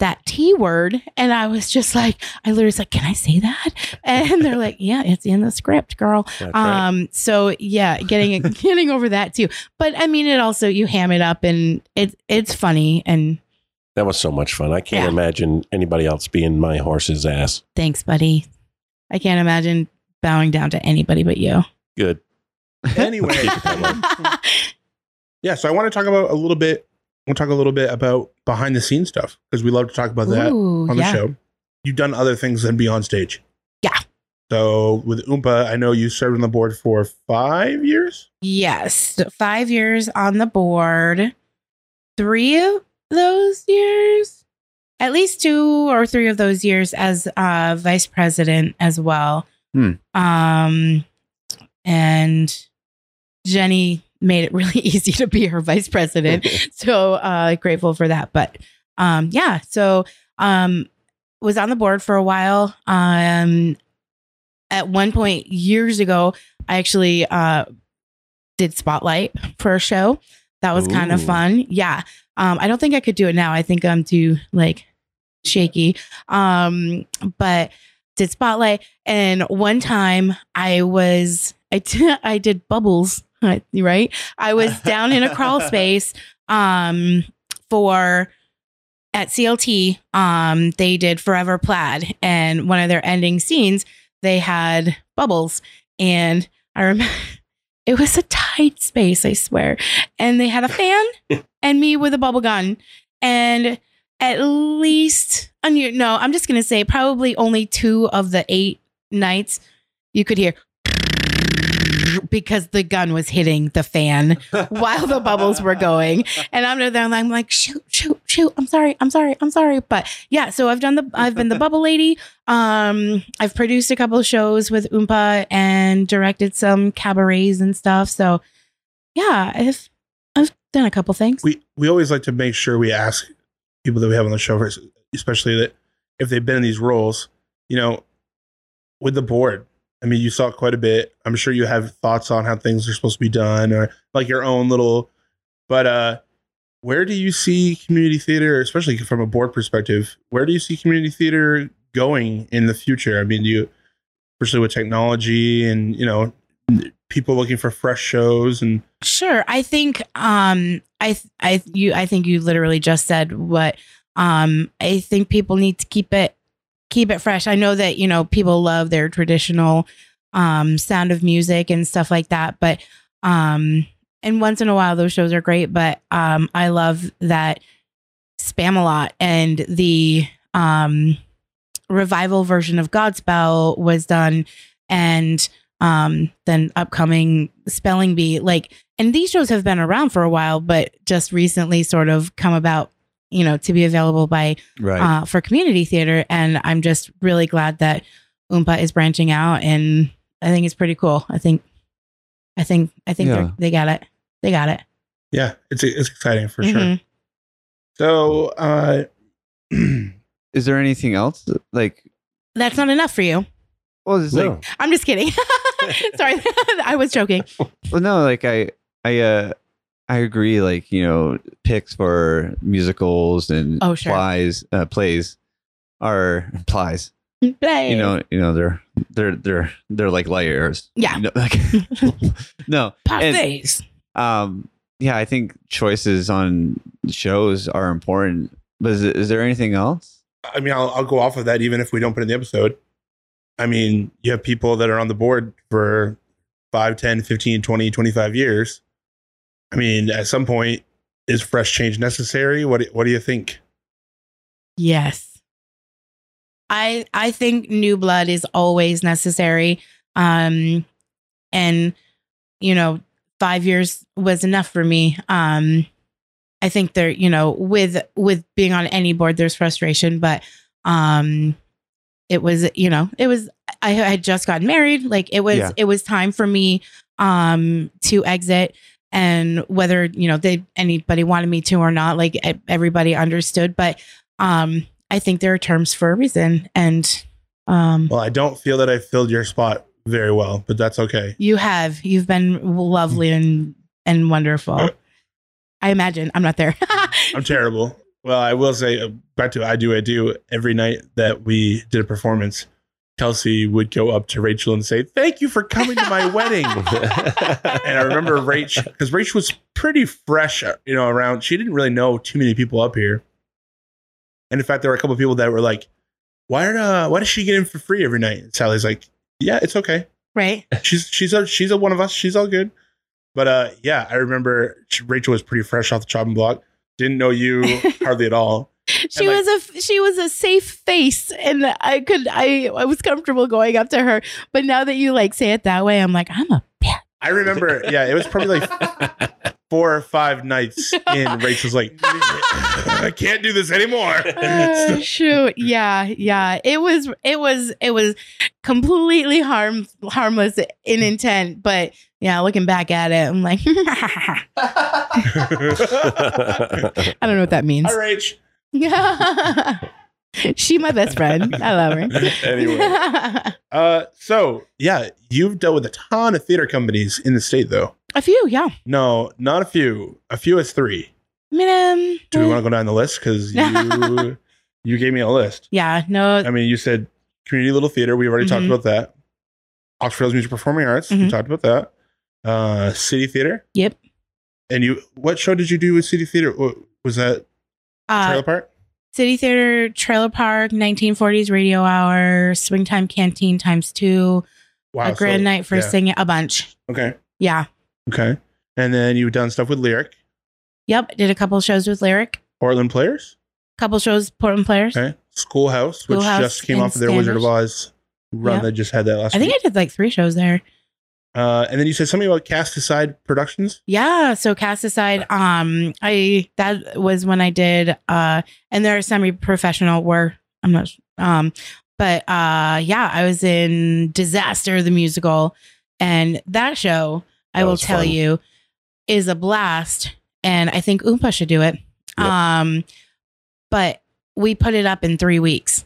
S4: that T word and I was just like I literally was like, "Can I say that?" <laughs> And they're like, "Yeah, it's in the script, girl."
S1: That's right.
S4: Um so yeah, getting <laughs> getting over that too. But I mean it also you ham it up and it's it's funny and
S1: That was so much fun. I can't
S4: Yeah.
S1: imagine anybody else being my horse's ass.
S4: thanks, buddy. I can't imagine bowing down to anybody but you.
S1: Good.
S3: <laughs> Anyway, <laughs>
S4: <laughs>
S3: yeah. So I want to talk about a little bit. We'll talk a little bit about behind the scenes stuff because we love to talk about that
S4: Ooh,
S3: on the
S4: yeah.
S3: show. You've done other things than be on stage.
S4: Yeah.
S3: So with Oompa, I know you served on the board for five years.
S4: Yes. Five years on the board. Three of those years, at least two or three of those years as uh, vice president as well.
S2: Hmm.
S4: Um, and Jenny made it really <laughs> easy to be her vice president. so uh, grateful for that. But um, yeah, so um, was on the board for a while. Um, at one point years ago, I actually uh, did spotlight for a show. That was kind of
S1: Ooh.
S4: fun. Yeah. Um, I don't think I could do it now. I think I'm too like shaky. Um, but did spotlight and one time I was I <laughs> did I did bubbles, <laughs> right? I was down in a crawl space um for at CLT, um, they did Forever Plaid, and one of their ending scenes, they had bubbles, and I remember <laughs> it was a tight space, I swear, and they had a fan and me with a bubble gun, and at least, and you- no, I'm just gonna say probably only two of the eight nights you could hear <laughs> because the gun was hitting the fan while the bubbles were going. And I'm there, and I'm like, shoot, shoot, shoot. I'm sorry, I'm sorry, I'm sorry. But yeah, so I've done the, I've been the bubble lady. Um, I've produced a couple of shows with Oompa and directed some cabarets and stuff. So yeah, I've, I've done a couple things.
S3: We we always like to make sure we ask people that we have on the show, first, especially that if they've been in these roles, you know, with the board. I mean, you saw it quite a bit. I'm sure you have thoughts on how things are supposed to be done, or like your own little. But uh, where do you see community theater, especially from a board perspective? Where do you see community theater going in the future? I mean, do you, especially with technology and you know, people looking for fresh shows and
S4: Sure. I think um I th- I th- you I think you literally just said what um I think people need to keep it keep it fresh. I know that, you know, people love their traditional um sound of music and stuff like that, but um and once in a while those shows are great, but um I love that spam a lot and the um revival version of Godspell was done and um then upcoming spelling bee like and these shows have been around for a while but just recently sort of come about you know to be available by
S2: right.
S4: uh, for community theater and i'm just really glad that oompa is branching out and i think it's pretty cool i think i think i think
S2: Yeah.
S4: they're they got it they got it Mm-hmm.
S3: yeah, it's it's exciting for sure.
S4: Mhm.
S3: So, uh,
S2: is there anything else? Like,
S4: That's not enough for you.
S2: well, it's like
S1: No.
S4: I'm just kidding. <laughs> Sorry, <laughs> I was joking.
S2: Well, no, like I, I, uh, I agree. Like you know, picks for musicals and
S4: Oh, sure.
S2: plays, uh, plays are <laughs> plays.
S4: Play.
S2: You
S4: <laughs>
S2: know, you know they're they're they're they're like layers.
S4: Yeah.
S2: You know, like- <laughs> no. and-
S4: parfaits.
S2: um. Yeah, I think choices on shows are important. But is, is there anything else?
S3: I mean, I'll, I'll go off of that even if we don't put it in the episode. I mean, you have people that are on the board for 5, 10, 15, 20, 25 years. I mean, at some point, is fresh change necessary? What do- What do you think?
S4: Yes. I I think new blood is always necessary. Um and you know, 5 years was enough for me. Um I think there, you know, with with being on any board there's frustration, but um it was, you know, it was I had just gotten married, like it was
S2: Yeah.
S4: it was time for me um to exit and whether, you know, they anybody wanted me to or not, like e- everybody understood, but um i think there are terms for a reason and um
S3: Well, I don't feel that I filled your spot very well, but that's okay.
S4: you have you've been lovely and and wonderful i imagine i'm not there <laughs>
S3: I'm terrible. Well, I will say uh, back to I do I do every night that we did a performance. Kelsey would go up to Rachel and say, "Thank you for coming to my wedding."
S1: <laughs>
S3: and I remember Rach because Rach was pretty fresh, uh, you know, around. She didn't really know too many people up here, and in fact, there were a couple of people that were like, "Why are uh, why does she get in for free every night?" And Sally's like, "Yeah, it's okay.
S4: right
S3: She's she's a she's a one of us. She's all good." But uh, yeah, I remember she- Rachel was pretty fresh off the chopping block. Didn't know you hardly at all. like-
S4: she was a f- she was a safe face and i could i i was comfortable going up to her but now that you like say it that way i'm like i'm a bitch.
S3: I remember, yeah, it was probably like four or five nights in. Rachel's like, I can't do this anymore.
S4: Oh, shoot yeah yeah it was it was it was completely harm harmless in intent but yeah looking back at it i'm like <laughs> I don't know what that means.
S3: Hi, Rach.
S4: <laughs> she my best friend. I love
S1: <laughs>
S4: her.
S3: anyway, uh, so yeah, you've dealt with a ton of theater companies in the state, though.
S4: <laughs> a few, yeah.
S3: No, not a few. A few is three.
S4: I mean, um,
S3: Do we want to go down the list? Because
S4: <laughs>
S3: you you gave me a list.
S4: yeah, no,
S3: I mean, you said community little theater. We already
S4: Mhm.
S3: talked about that. Oxford Hills Music Performing Arts. We
S4: Mhm.
S3: talked about that. Uh, City Theater.
S4: Yep.
S3: And you, what show did you do with City Theater? Wa- Was that
S4: uh,
S3: Trailer Park?
S4: City Theater, Trailer Park, 1940s Radio Hour, Springtime Canteen times two,
S3: Wow,
S4: a grand
S3: so-
S4: night for
S3: yeah.
S4: singing, a bunch.
S3: Okay.
S4: Yeah.
S3: Okay. And then you've done stuff with Lyric,
S4: Yep. Did a couple shows with Lyric,
S3: Portland Players.
S4: couple shows, Portland Players.
S3: Okay. Schoolhouse, which
S4: Schoolhouse
S3: just came
S4: and
S3: off of their Wizard of Oz run
S4: Yep.
S3: that just had that last
S4: I think
S3: week.
S4: I did like three shows there.
S3: uh, and then you said something about Cast Aside Productions.
S4: Yeah. So cast aside, um, I that was when I did uh and there are semi professional where I'm not s- um but uh yeah, I was in Disaster the musical and that show, I
S1: That
S4: will
S1: was
S4: tell
S1: fun.
S4: you, is a blast. And I think Oompa should do it.
S1: Yep.
S4: Um but we put it up in three weeks.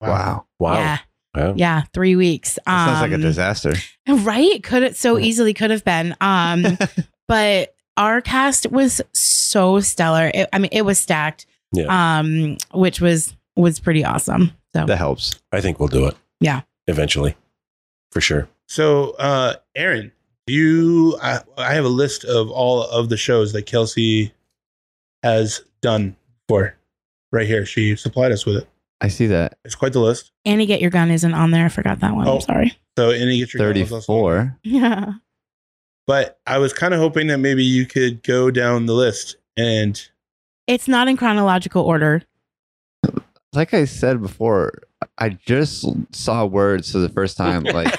S1: wow.
S4: Yeah.
S1: Wow.
S4: Yeah. Three weeks.
S2: That sounds like a
S4: Um,
S2: disaster.
S4: Right? Could it so easily could have been. Um but our cast was so stellar. It, I mean, it was stacked,
S1: Yeah.
S4: um, which was was pretty awesome.
S2: <laughs>
S4: So
S2: That helps.
S1: I think we'll do it.
S4: Yeah.
S1: Eventually. For sure.
S3: So, uh, Aaron, do you, I, I have a list of all of the shows that Kelsey has done for right here. She supplied us with it.
S2: I see that.
S3: It's quite the list.
S4: Annie, get your gun isn't on there. I forgot that one.
S3: Oh.
S4: I'm sorry. <laughs>
S3: So, any get your comments also.
S2: Thirty-four.
S4: Yeah.
S3: But I was kind of hoping that maybe you could go down the list and
S4: It's not in chronological order. <laughs>
S2: like I said before, I just saw words for the first
S4: <laughs>
S2: time like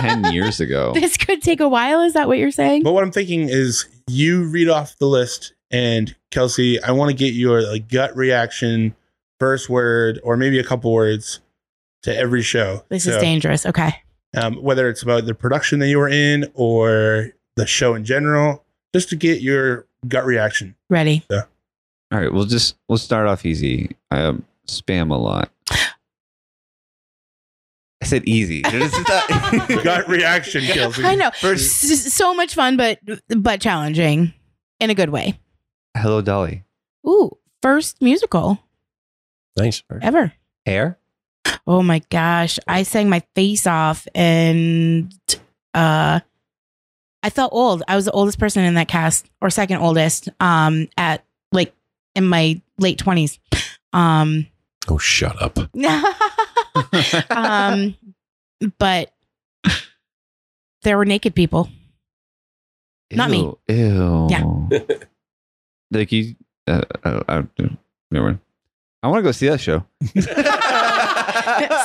S2: 10 years ago.
S4: This could take a while. Is that what you're saying?
S3: But what I'm thinking is you read off the list and Kelsey, I want to get your like gut reaction, first word, or maybe a couple words to every show.
S4: This
S3: So,
S4: is dangerous. Okay.
S3: um, whether it's about the production that you were in or the show in general, just to get your gut reaction.
S4: Ready.
S2: All right, we'll just we'll start off easy. Um, spam a lot. I said easy. <laughs> There's not-
S3: Gut
S4: <laughs>
S3: reaction, Kelsey.
S4: I know. <laughs>
S2: First,
S4: S- so much fun, but but challenging in a good way.
S2: hello, Dolly.
S4: Ooh, first musical
S1: Nice.
S4: ever.
S2: Hair?
S4: Oh my gosh. I sang my face off and uh I felt old. I was the oldest person in that cast or second oldest um at like in my late 20s. Um
S1: Oh, shut up.
S4: <laughs> um but there were naked people. not me.
S2: Ew, Ew.
S1: Yeah.
S2: <laughs> like you. Uh, uh, I, never mind. I want to go see that show.
S4: <laughs>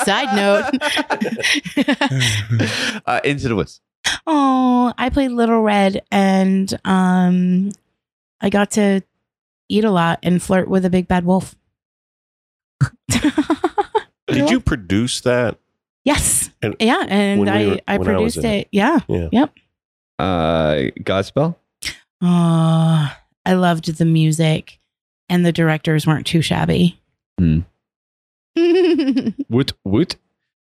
S4: Side note.
S2: <laughs> uh, Into the Woods.
S4: oh, I played Little Red and um I got to eat a lot and flirt with a big bad wolf. <laughs>
S1: Did you produce that? <laughs>
S4: Yes.
S1: And
S4: yeah, and
S1: when we
S4: I
S1: were-
S4: I
S1: when I was
S4: produced it.
S1: in
S4: Yeah.
S2: Uh, Godspell.
S4: Oh, I loved the music, and the directors weren't too shabby.
S2: Hmm. Woot woot.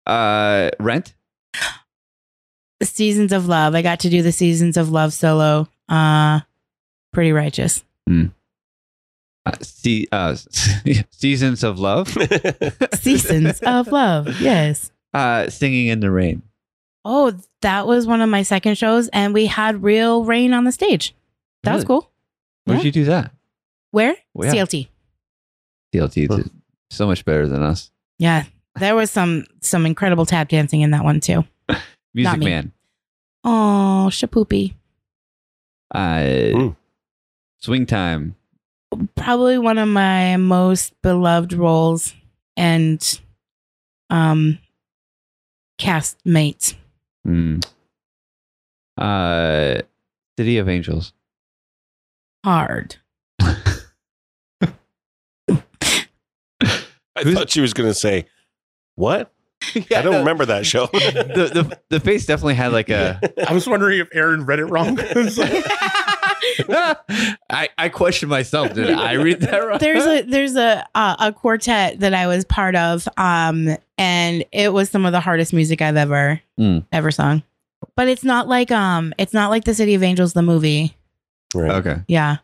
S2: Uh, Rent.
S4: <laughs> seasons of Love. I got to do the Seasons of Love solo. Uh,
S1: <laughs>
S4: pretty righteous.
S2: Uh, see, uh, <laughs> seasons of love.
S4: Seasons of Love. Yes.
S2: Uh, singing in the rain.
S4: Oh, that was one of my second shows, and we had real rain on the stage. That was
S2: Really?
S4: cool.
S2: Where'd
S4: Yeah.
S2: you do that?
S4: Where?
S2: Well, yeah.
S4: CLT.
S2: TLT.
S1: Huh.
S2: did So much better than us.
S4: Yeah. There was some some incredible tap dancing in that one too.
S2: Music
S4: me.
S2: Man.
S4: Oh, Shapoopy.
S2: Uh,
S1: Mm.
S2: Swing Time.
S4: probably one of my most beloved roles and um castmates.
S2: Mm. Uh, City of
S1: <laughs>
S2: Angels.
S4: Hard.
S1: <laughs> I
S2: Who's-
S1: thought she was going to say, What? I don't remember that show.
S2: The, the the face definitely had like a.
S3: I was wondering if Aaron read it wrong. <laughs> It's like-
S2: <laughs> I I question myself. Did I read
S4: <laughs>
S2: that right?
S4: there's a there's a uh, a quartet that I was part of um and it was some of the hardest music I've ever
S1: Hmm.
S2: Mm.
S4: ever sung. But it's not like um it's not like the City of Angels the movie.
S1: <laughs> Right.
S2: okay.
S4: Yeah.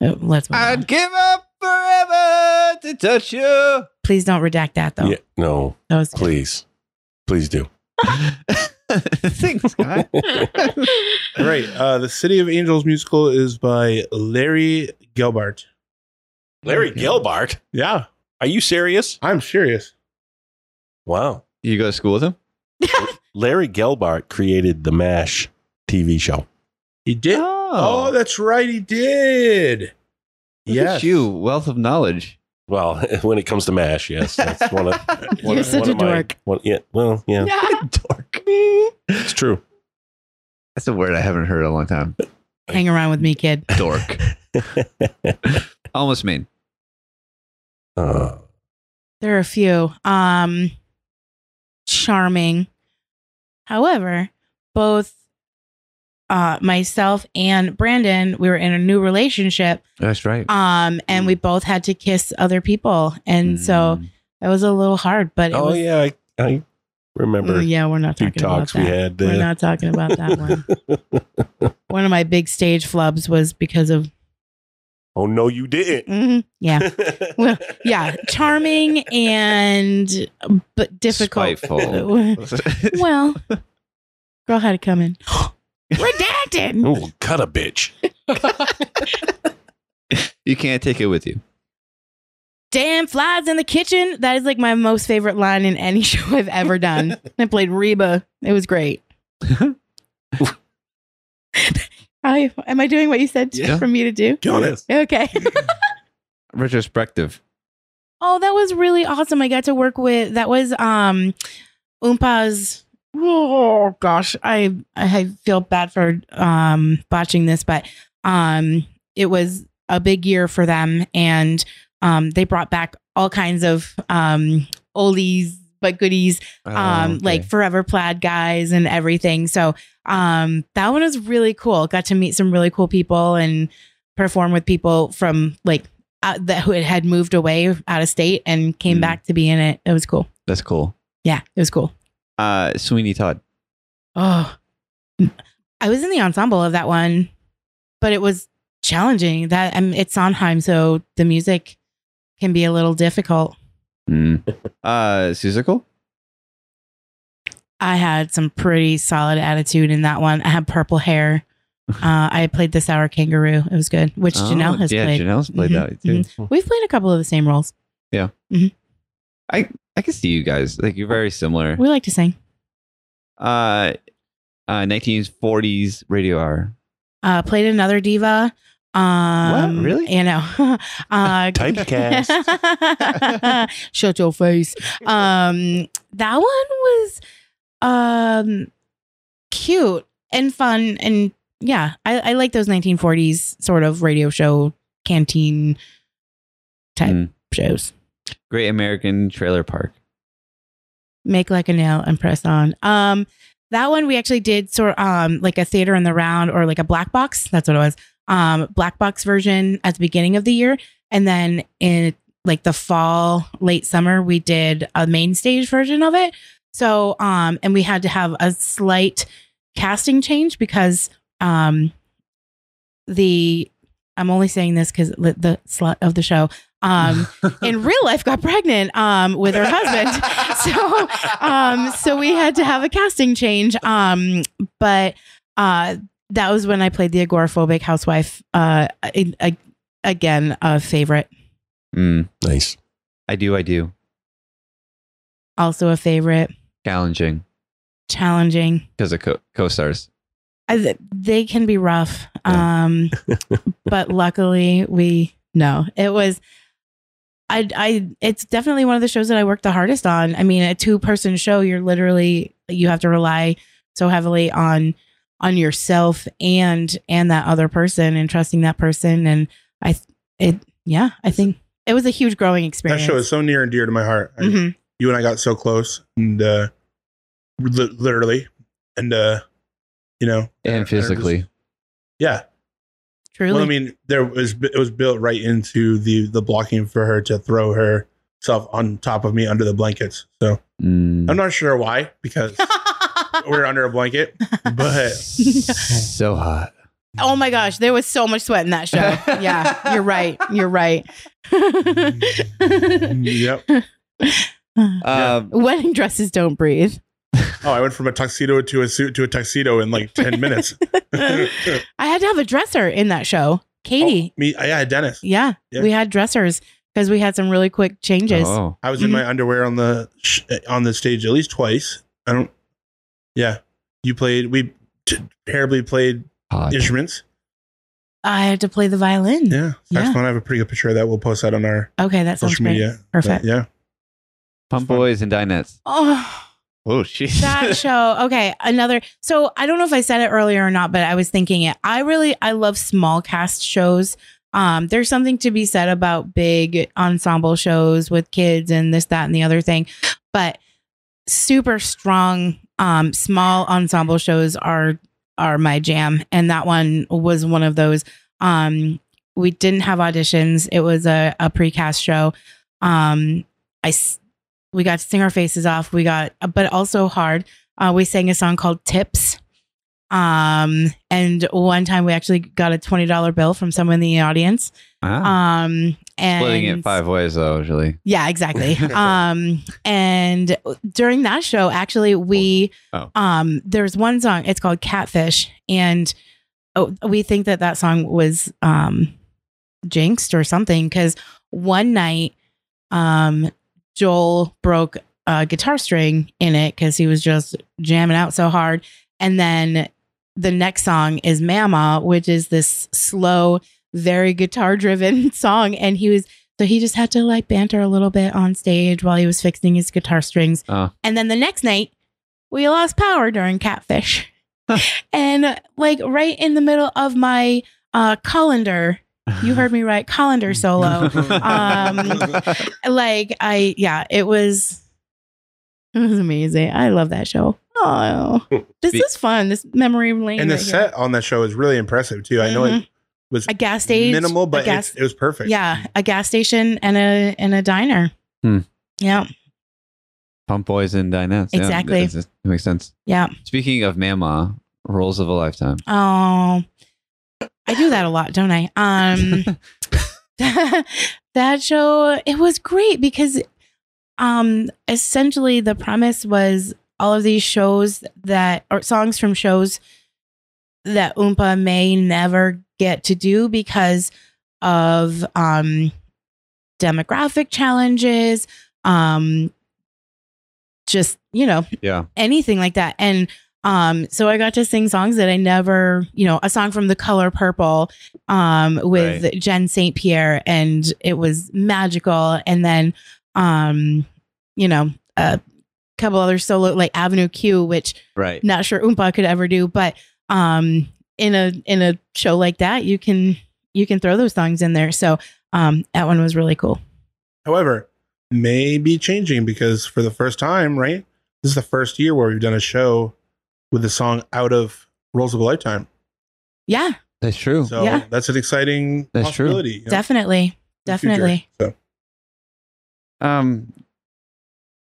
S4: Uh, Let's move on.
S2: I'd give up forever to touch you.
S4: <laughs>
S2: <laughs>
S4: please don't redact that though.
S1: Yeah, no,
S4: That was <laughs>
S1: please. Please do. <laughs>
S2: Thanks, guy.
S3: All right. Uh, the City of Angels musical is by Larry Gelbart.
S1: Larry Gilbart.
S3: Yeah,
S1: Are you serious?
S3: I'm serious.
S1: Wow.
S2: You go to school with him?
S1: Larry Gelbart created the MASH TV show.
S3: He did. Oh,
S2: Look
S3: that's right. He did.
S2: at
S3: Yes.
S2: you wealth of knowledge.
S1: Well, <laughs> when it comes to MASH, yes.
S4: <laughs>
S1: That's one of, one,
S4: You're such
S1: one
S3: <laughs>
S4: a
S1: of my-
S4: dork.
S1: one- yeah, well, yeah,
S2: Dork.
S1: it's true.
S2: <laughs>
S1: <laughs>
S2: That's a word I haven't heard in a long time.
S4: Hang around with me, kid.
S2: Dork. Almost mean.
S1: Uh,
S4: There are a few. Um charming. However, both uh myself and Brandon, we were in a new relationship.
S2: That's right.
S4: Um and
S1: Mm.
S4: we both had to kiss other people. And so
S2: Mm,
S4: it was a little hard, but it
S1: oh,
S4: was,
S1: yeah, I, I remember
S4: Mm, yeah, we're not
S1: two
S4: talking about
S1: talks we
S4: that.
S1: had.
S4: We're
S1: uh,
S4: not talking about that one.
S1: <laughs>
S4: one of my big stage flubs was because of
S1: oh, no, you
S4: <laughs>
S1: didn't. <laughs>
S4: Mhm. yeah. Well, yeah, charming and but difficult. <laughs>
S2: Spiteful. <laughs>
S4: Well, girl had it
S1: <gasps>
S4: coming. Redacted.
S1: Oh, cut a bitch.
S2: you can't take it with you.
S4: Damn flies in the kitchen. That is like my most favorite line in any <laughs> show I've ever done. I played Reba. It was great. <laughs> I am I doing what you said to-
S2: Yeah.
S4: for me to do?
S1: Killing it.
S4: Okay.
S2: Retrospective.
S4: oh, that was really awesome. I got to work with that was um Oompa's Oh gosh, I I feel bad for um botching this, but um it was a big year for them and um they brought back all kinds of um oldies but goodies um
S2: Oh, okay.
S4: like forever plaid guys and everything so um that one was really cool got to meet some really cool people and perform with people from like uh, that who had moved away out of state and came
S2: Mm.
S4: back to be in it. It was cool.
S2: That's cool.
S4: Yeah, it was cool.
S2: Uh, Sweeney Todd.
S4: Oh, I was in the ensemble of that one, but it was challenging. That um, it's Sondheim, so the music can be a little difficult.
S2: Mm. Uh, Susical.
S4: I had some pretty solid attitude in that one. I had purple hair.
S2: <laughs>
S4: Uh, I played the sour kangaroo. It was good, which Janelle
S2: Oh,
S4: has
S2: yeah,
S4: played.
S2: Janelle's played
S4: Mhm,
S2: that too.
S4: We've played a couple of the same roles.
S2: I can see you guys. Like you're very similar.
S4: We like to sing.
S2: Uh, uh, 1940s radio hour.
S4: Uh, played another diva. Um,
S2: What? Really?
S4: You know, <laughs>
S2: <laughs>
S4: uh,
S1: Typecast.
S4: <laughs> Shut your face. Um, that one was um cute and fun and yeah, I, I like those 1940s sort of radio show canteen type
S2: Mm.
S4: shows.
S2: Great American Trailer Park.
S4: make like a nail and press on um that one we actually did sort um like a theater in the round or like a black box that's what it was um black box version at the beginning of the year and then in like the fall late summer we did a main stage version of it so um and we had to have a slight casting change because um the i'm only saying this because the slut of the show um in real life got pregnant um, with her husband. <laughs>
S3: <laughs>
S4: so um, so we had to have a casting change. Um, but uh, that was when I played the agoraphobic housewife. Uh, in- a- again, a favorite,
S2: Mm,
S1: Nice.
S2: I do. I do.
S4: also a favorite,
S2: Challenging
S4: challenging.
S2: because of co- co-stars.
S4: I, th- they can be rough, um, but luckily we no. It was. I, I it's definitely one of the shows that I worked the hardest on. I mean, a two person show, you're literally you have to rely so heavily on on yourself and and that other person and trusting that person. And I th- it yeah, I think it was a huge growing
S3: That
S4: experience.
S3: show is so near and dear to my heart. I-
S4: Mhm.
S3: You and I got so close, and uh, li- literally, and uh, you know, I- I
S2: and
S3: just-
S2: physically.
S3: yeah.
S4: Truly,
S3: Well, I mean, there was it was built right into the the blocking for her to throw herself on top of me under the blankets. So
S2: Mm.
S3: I'm not sure why because we're under a blanket, but
S4: <laughs>
S2: <laughs> so
S1: Uh,
S2: hot.
S4: oh my gosh, there was so much sweat in that show. Yeah, you're right. You're
S3: <laughs>
S4: right. <laughs>
S3: yep.
S2: Um,
S4: Wedding dresses don't
S3: <laughs>
S4: breathe.
S3: Oh, I went from a tuxedo to a suit to a tuxedo in like ten minutes. <laughs>
S4: I had to have a dresser in that show. Katie.
S3: Oh, me, I had Dennis.
S4: Yeah,
S3: Yeah.
S4: We had dressers because we had some really quick changes.
S2: oh,
S3: I was
S4: Mm-hmm.
S3: in my underwear on the sh- on the stage at least twice. I don't. Yeah, you played. We t- terribly played
S2: hot.
S3: instruments.
S4: I had to play the violin.
S3: Yeah,
S4: Mm. Yeah.
S3: saxophone. I have a pretty good picture of that. We'll post that on our
S4: Okay, that sounds
S3: social
S4: great.
S3: media.
S4: Perfect.
S3: yeah.
S2: Pump boys and dinettes.
S4: Oh,
S2: Oh, jeez. <laughs>
S4: <laughs> that show. Okay, another. So I don't know if I said it earlier or not, but I was thinking it. I really I love small cast shows. Um, there's something to be said about big ensemble shows with kids and this, that, and the other thing, but super strong um, small ensemble shows are are my jam, and that one was one of those. Um, we didn't have auditions; it was a, a precast show. Um, I s- we got to sing our faces off. We got, but also hard. Uh, we sang a song called Tips. Um, and one time we actually got a twenty dollar bill from someone in the audience.
S2: Wow.
S4: Um, and
S2: Ah, Splitting it five ways though, usually. <laughs>
S4: yeah, exactly. um, and during that show, actually, we
S2: Oh.
S4: um, there's one song. It's called Catfish, and oh, we think that that song was um, jinxed or something because one night, um, Joel broke a guitar string in it because he was just jamming out so hard, and then the next song is Mama, which is this slow, very guitar driven <laughs> song, and he was. So he just had to like banter a little bit on stage while he was fixing his guitar strings.
S2: Oh.
S4: And then the next night, we lost power during Catfish. <laughs> and like right in the middle of my uh colander,
S2: <laughs>
S4: you heard me right, colander solo. Um, like I yeah, it was it was amazing. I love that show. Oh, this
S2: Be- <laughs>
S4: is fun. This memory lane.
S3: and the
S4: right here. Mm-hmm.
S3: set on that show is really impressive too. I know it was
S4: a gas station,
S3: minimal,
S4: a
S3: but
S4: gas,
S3: it, it was perfect.
S4: yeah, a gas station and a and a diner.
S2: Hmm.
S4: Yeah,
S2: Pump boys and dinettes. Yeah,
S4: Exactly.
S2: that's- that makes sense.
S4: yeah.
S2: Speaking of mama, roles of a lifetime.
S4: Oh, I do that a lot, don't I?
S2: <laughs>
S4: Um, <laughs> that show it was great because, um, essentially the premise was all of these shows that or songs from shows that Oompa may never get to do because of um demographic challenges, um, just you know
S2: yeah.
S4: anything like that. And um, so I got to sing songs that I never, you know, a song from The Color Purple um, with Jen St. Pierre, and it was magical. And then, um, you know, a couple other solo like Avenue Q, which
S2: Right.
S4: not sure Oompa could ever do, but um, in a in a show like that, you can you can throw those songs in there. So um, that one was really cool.
S3: However, may be changing because for the first time, right? This is the first year where we've done a show with the song out of Rolls of a Lifetime.
S4: Yeah,
S2: That's true.
S3: So
S4: Yeah.
S3: that's an exciting
S2: That's true.
S3: possibility. you know,
S4: definitely,
S3: in the future.
S4: definitely.
S3: So
S2: um,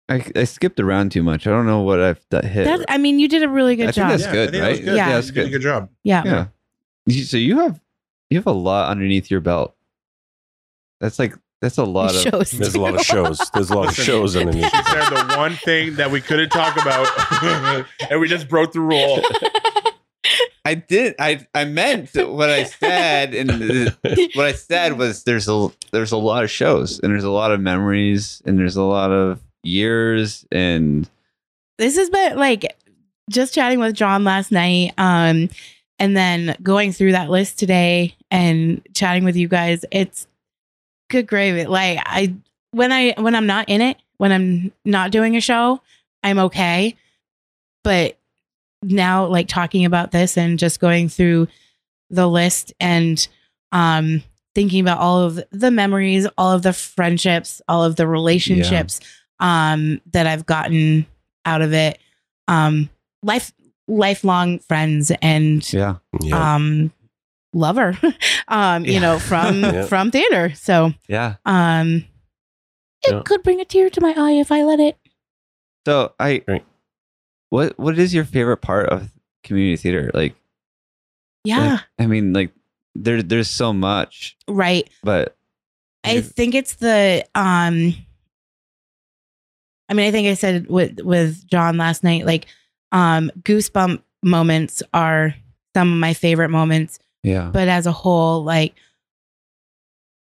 S2: I, I skipped around too much. I don't know what I've d- hit.
S4: That's, I mean, you did a really good
S2: I think
S4: job.
S2: that's-
S3: yeah,
S2: good,
S3: I think that was
S2: right?
S3: good.
S4: Yeah.
S3: Yeah,
S2: That's
S3: you did a
S2: good. <laughs>
S3: good job.
S4: yeah.
S2: yeah. You- So you have you have a lot underneath your belt. That's like that's a <laughs> lot of
S4: shows.
S1: There's a lot of <laughs> shows. There's a lot
S4: <laughs>
S1: of
S3: Listen.
S1: shows in
S3: She
S1: the
S3: said the one thing that we couldn't talk about, <laughs> and we just broke the rule.
S2: I did. I I
S4: <laughs>
S2: meant what I said, and what I said was there's a there's a lot of shows, and there's a lot of memories, and there's a lot of years, and
S4: this has been like just chatting with John last night. Um, and then going through that list today and chatting with you guys, it's good gravy. Like I when I when I'm not in it, when I'm not doing a show, I'm okay. But now like talking about this and just going through the list and um thinking about all of the memories, all of the friendships, all of the relationships um that I've gotten out of it. Um life lifelong friends and
S2: yeah,
S1: news. Yeah.
S4: um lover <laughs> um
S2: Yeah.
S4: you know from
S1: Yeah.
S4: from theater so
S2: yeah.
S4: um it
S1: Yeah.
S4: could bring a tear to my eye if i let it
S2: So I,
S1: Right.
S2: what what is your favorite part of community theater? Like,
S4: yeah
S2: like, I mean, like there there's so much,
S4: right
S2: but
S4: i think it's the um i mean i think i said with with john last night like um goosebump moments are some of my favorite moments
S2: yeah,
S4: but as a whole like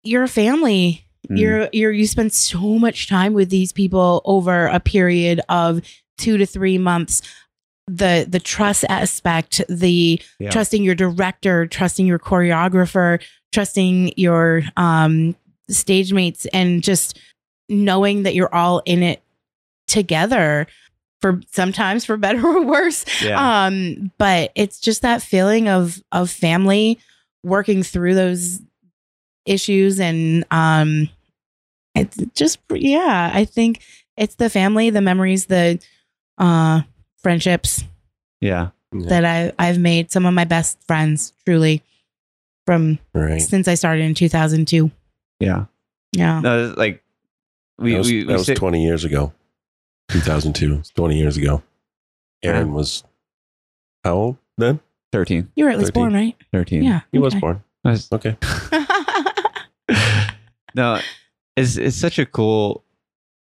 S4: your family
S2: Mm.
S4: you're you're you spend so much time with these people over a period of two to three months the the trust aspect the
S2: Yeah.
S4: trusting your director trusting your choreographer trusting your um stage mates and just knowing that you're all in it together for sometimes for better or worse
S2: yeah,
S4: um but it's just that feeling of of family working through those issues and um it's just yeah i think it's the family the memories the uh friendships
S2: yeah.
S4: that i i've made some of my best friends truly from
S1: Right.
S4: since i started in 2002
S2: Yeah.
S4: yeah
S2: No, it's like we
S1: that was,
S2: we,
S1: that
S2: we
S1: was
S2: sit-
S1: 20 years ago. 2002. It's 20 years ago. Aaron was how old then?
S2: 13,
S4: you were at least
S1: 13.
S4: born right
S2: 13.
S4: yeah
S1: He was
S4: okay.
S1: born.
S2: I was- <laughs>
S1: Okay.
S2: no, it's it's such a cool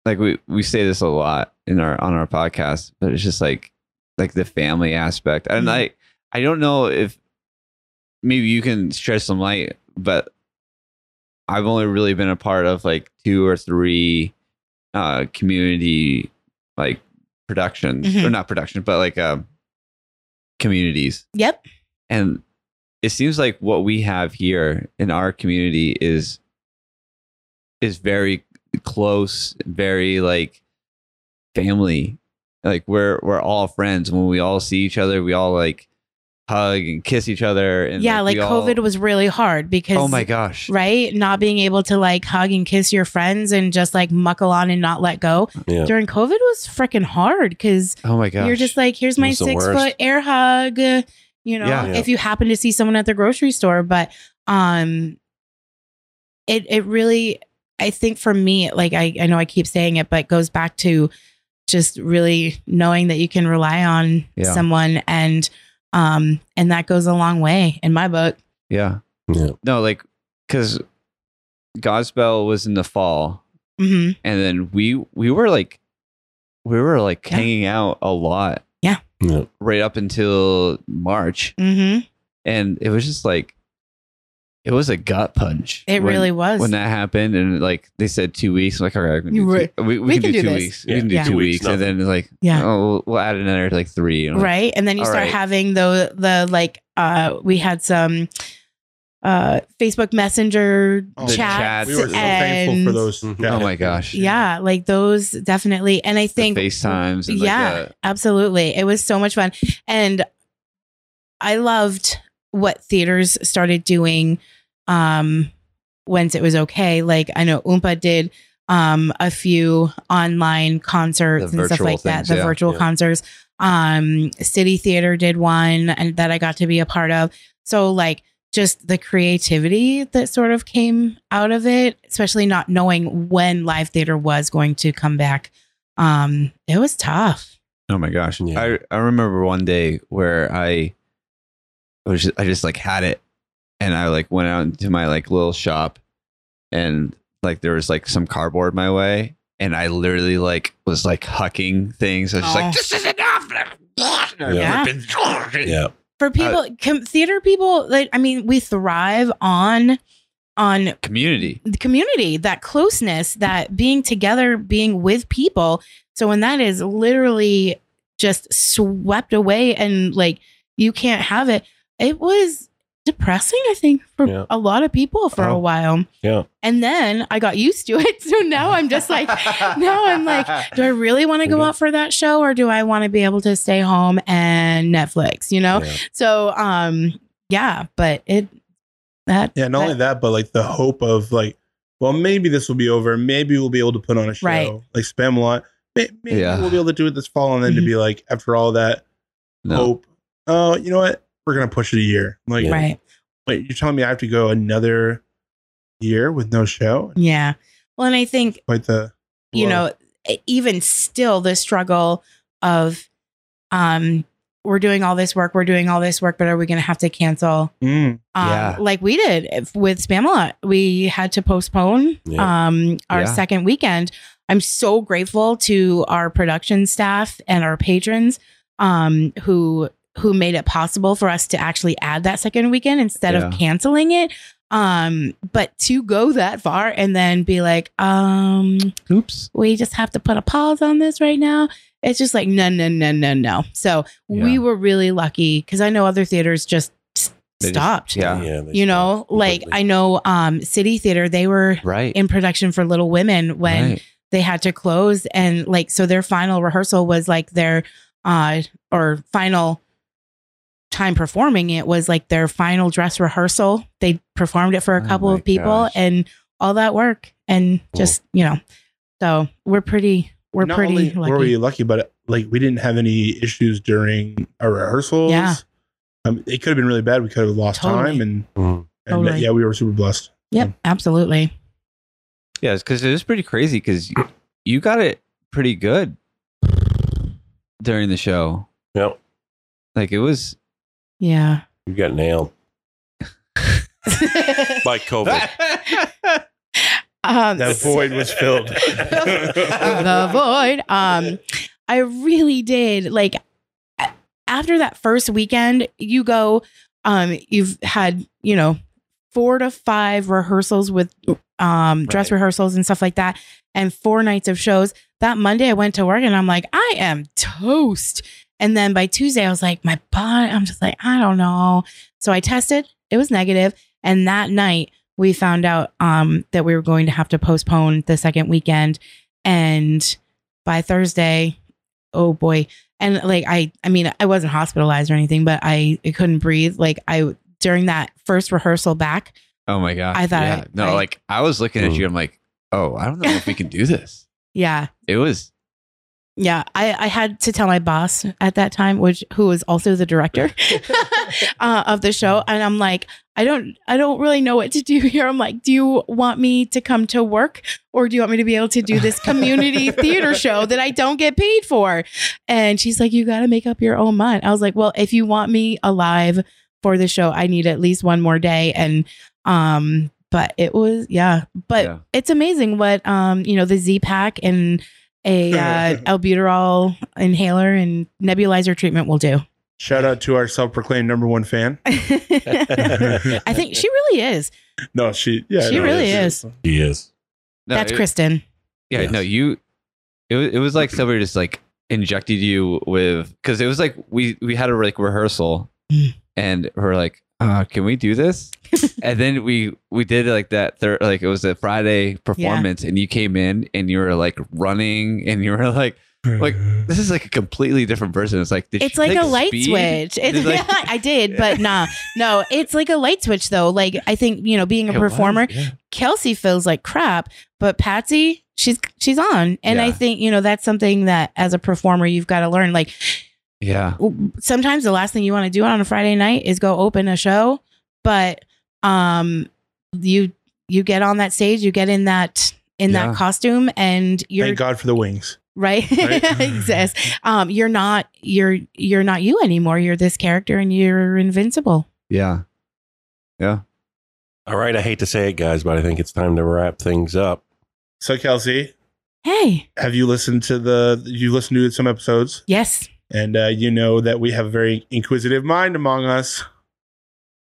S2: like we we say this a lot in our on our podcast, but it's just like like the family aspect. And
S4: Mhm.
S2: I I don't know if maybe you can shed some light, but I've only really been a part of like two or three uh community like productions
S4: Mhm.
S2: or not production, but like um communities
S4: <laughs> yep
S2: and it seems like what we have here in our community is is very close very like family like we're we're all friends when we all see each other we all like hug and kiss each other and
S4: yeah like
S2: we all-
S4: covid was really hard because
S2: oh my gosh
S4: right? Not being able to like hug and kiss your friends and just like muckle on and not let go
S1: Yeah.
S4: during COVID was freaking hard because
S2: oh my gosh
S4: you're just like, here's
S1: It
S4: my
S1: was the
S4: six
S1: worst.
S4: foot air hug, uh, you know,
S2: Yeah.
S1: Yeah.
S4: if you happen to see someone at the grocery store. But um it it really i think for me like i i know i keep saying it but it goes back to just really knowing that you can rely on
S2: Yeah.
S4: someone and um and that goes a long way in my book
S2: Yeah.
S1: Yeah.
S2: No, like, because Godspell was in the fall,
S4: hmm
S2: and then we we were like, we were like
S4: Yeah.
S2: hanging out a lot
S1: Yeah.
S2: right up until March,
S4: hmm
S2: and it was just like, it was a gut punch.
S4: it
S2: when-
S4: really was
S2: when that happened, and like they said two weeks. I'm like, all right, we can
S4: You
S2: do
S4: were-
S2: two, we, we can do two
S4: this.
S2: weeks.
S1: Yeah.
S2: We can do
S4: Yeah.
S2: two
S1: Two weeks,
S2: weeks, and then it's like,
S4: Yeah.
S2: oh, we'll, we'll add another like three, and I'm like,
S4: right and then you
S2: all
S4: start
S2: right.
S4: having the the like uh we had some uh facebook messenger
S3: Oh,
S2: The
S4: chats
S2: chats
S3: we were so
S4: and
S3: thankful for those.
S1: Mhm.
S3: chats.
S2: Oh my gosh,
S4: yeah like those definitely and i
S2: the
S4: think
S2: FaceTimes, and
S4: Yeah.
S2: like the,
S4: absolutely it was so much fun and i loved what theaters started doing um once it was okay like i know oompa did um a few online concerts
S2: The
S4: and stuff
S2: virtual
S4: like that
S2: things,
S4: the
S2: yeah,
S4: virtual
S1: yeah.
S4: concerts um city theater did one and that i got to be a part of so like just the creativity that sort of came out of it especially not knowing when live theater was going to come back um it was tough
S2: Oh my gosh.
S1: Yeah.
S2: I, I remember one day where I was just, I just like had it and I like went out into my like little shop and like there was like some cardboard my way and I literally like was like hucking things. I was just
S4: Oh.
S2: like this is enough. And
S4: Yeah.
S2: I ripped it.
S1: Yeah.
S4: for people com- theater people like i mean we thrive on on
S2: Community.
S4: the community that closeness that being together being with people so when that is literally just swept away and like you can't have it it was depressing i think for
S1: Yeah.
S4: a lot of people for a
S1: Oh.
S4: while
S1: Yeah.
S4: and then i got used to it <laughs> so now i'm just like <laughs> now I'm like, do I really want to go
S1: Yeah.
S4: out for that show or do I want to be able to stay home and Netflix, you know?
S1: Yeah.
S4: So, um, yeah, but it, that,
S3: Yeah, not only that, but like the hope of like, well, maybe this will be over. Maybe we'll be able to put on a show
S4: Right.
S3: like Spam a lot. May- Maybe
S2: Yeah.
S3: we'll be able to do it this fall, and then
S4: Mhm.
S3: to be like, after all that
S2: No.
S3: hope, oh, you know what? We're gonna push it a year. I'm like,
S1: Yeah.
S4: right.
S3: wait, you're telling me I have to go another year with no show?
S4: Yeah. Well, and I think,
S3: Quite the
S4: you
S3: blow.
S4: know, e, even still the struggle of, um, we're doing all this work, we're doing all this work, but are we going to have to cancel?
S3: Mm.
S4: Um,
S2: Yeah.
S4: Like we did if- with Spamalot, we had to postpone
S1: Yeah.
S4: um, our
S2: Yeah.
S4: second weekend. I'm so grateful to our production staff and our patrons um, who who made it possible for us to actually add that second weekend instead of
S2: Yeah.
S4: canceling it. Um, but to go that far and then be like, um,
S2: Oops.
S4: we just have to put a pause on this right now. It's just like, no, no, no, no, no. So we
S2: Yeah.
S4: were really lucky because I know other theaters just s-
S2: They just-
S4: stopped.
S2: Yeah.
S1: they
S4: You know,
S1: stopped
S4: like
S1: completely.
S4: I know um, City Theater, they were
S2: Right.
S4: in production for Little Women when
S2: Right.
S4: they had to close. And like, so their final rehearsal was like their, uh, or final time performing it was like their final dress rehearsal. They performed it for a
S2: Oh
S4: couple
S2: my
S4: of people
S2: gosh.
S4: and all that work. And just, you know, so we're pretty, we're
S3: Not
S4: pretty
S3: only
S4: lucky.
S3: Were we lucky, but like we didn't have any issues during our rehearsals.
S4: Yeah.
S3: Um, it could have been really bad. We could have lost
S4: Totally.
S3: time, and,
S1: Mm.
S3: and
S4: Totally.
S3: yeah, we were super blessed.
S4: yep, absolutely.
S2: Yeah, because it was pretty crazy because you, you got it pretty good during the show.
S1: Yep.
S2: Like it was.
S4: Yeah. <laughs>
S1: You got nailed by
S4: <laughs>
S1: COVID.
S4: um,
S3: That void was filled.
S4: <laughs> the void. Um, I really did. Like a- after that first weekend, you go. Um, you've had you know four to five rehearsals with um dress
S2: Right.
S4: rehearsals and stuff like that, and four nights of shows. That Monday, I went to work and I'm like, I am toast. And then by Tuesday, I was like, my body. I'm just like, I don't know. So I tested. It was negative, and that night we found out um, that we were going to have to postpone the second weekend and by thursday oh boy and like i i mean i wasn't hospitalized or anything but i, I couldn't breathe like i during that first rehearsal back
S2: Oh my god!
S4: I thought
S2: Yeah.
S4: I-
S2: no,
S4: I-
S2: like I was looking at
S1: Mm.
S2: you. I'm like, oh, I don't know if we can do this.
S4: yeah
S2: It was
S4: yeah, I, I had to tell my boss at that time, which who was also the director <laughs> uh, of the show, and I'm like, I don't, I don't really know what to do <laughs> here. I'm like, do you want me to come to work, or do you want me to be able to do this community theater show that I don't get paid for? And she's like, you got to make up your own mind. I was like, well, if you want me alive for the show, I need at least one more day, and um, but it was yeah, but
S2: Yeah.
S4: it's amazing what um, you know, the Z Pack and a uh, albuterol inhaler and nebulizer treatment
S2: <laughs>
S4: will do.
S3: Shout out to our self-proclaimed number one fan.
S4: I think she really is.
S3: No, she. Yeah,
S4: She
S3: no,
S4: really
S3: she's-
S1: <laughs> He is.
S2: No,
S4: That's
S2: it-
S4: Kristen.
S2: Yeah,
S1: Yes.
S2: no, you. It was, it was like somebody just like injected you with because it was like we we had a like
S4: <laughs>
S2: rehearsal
S4: Mm.
S2: and we're like, uh, can we do
S4: <laughs>
S2: this? and then we we did like that third like it was a Friday performance and you came in and you were like running and you were like <laughs> Like, this is like a completely different person. It's like did
S4: It's
S2: she
S4: like
S2: take
S4: a light
S2: speed?
S4: switch. It's
S2: Did,
S4: <laughs>
S2: like-
S4: I did, but nah, no. It's like a light switch though. Like I think you know, being a
S2: It was,
S4: performer,
S2: yeah.
S4: Kelsey feels like crap, but Patsy, she's she's on, and I
S2: Yeah.
S4: think you know that's something that as a performer you've got to learn. Like
S2: Yeah.
S4: sometimes the last thing you want to do on a Friday night is go open a show, but um you you get on that stage, you get in that in
S2: Yeah.
S4: that costume and <sighs> you're
S3: Thank God for the wings.
S4: right,
S3: Right?
S4: <laughs> yes. Um you're not you're you're not you anymore. You're this character and you're invincible.
S2: Yeah.
S1: All right, I hate to say it, guys, but I think it's time to wrap things up.
S3: So Kelsey,
S4: Hey.
S3: have you listened to the? You listened to some episodes,
S4: Yes.
S3: and uh, you know that we have a very inquisitive mind among us,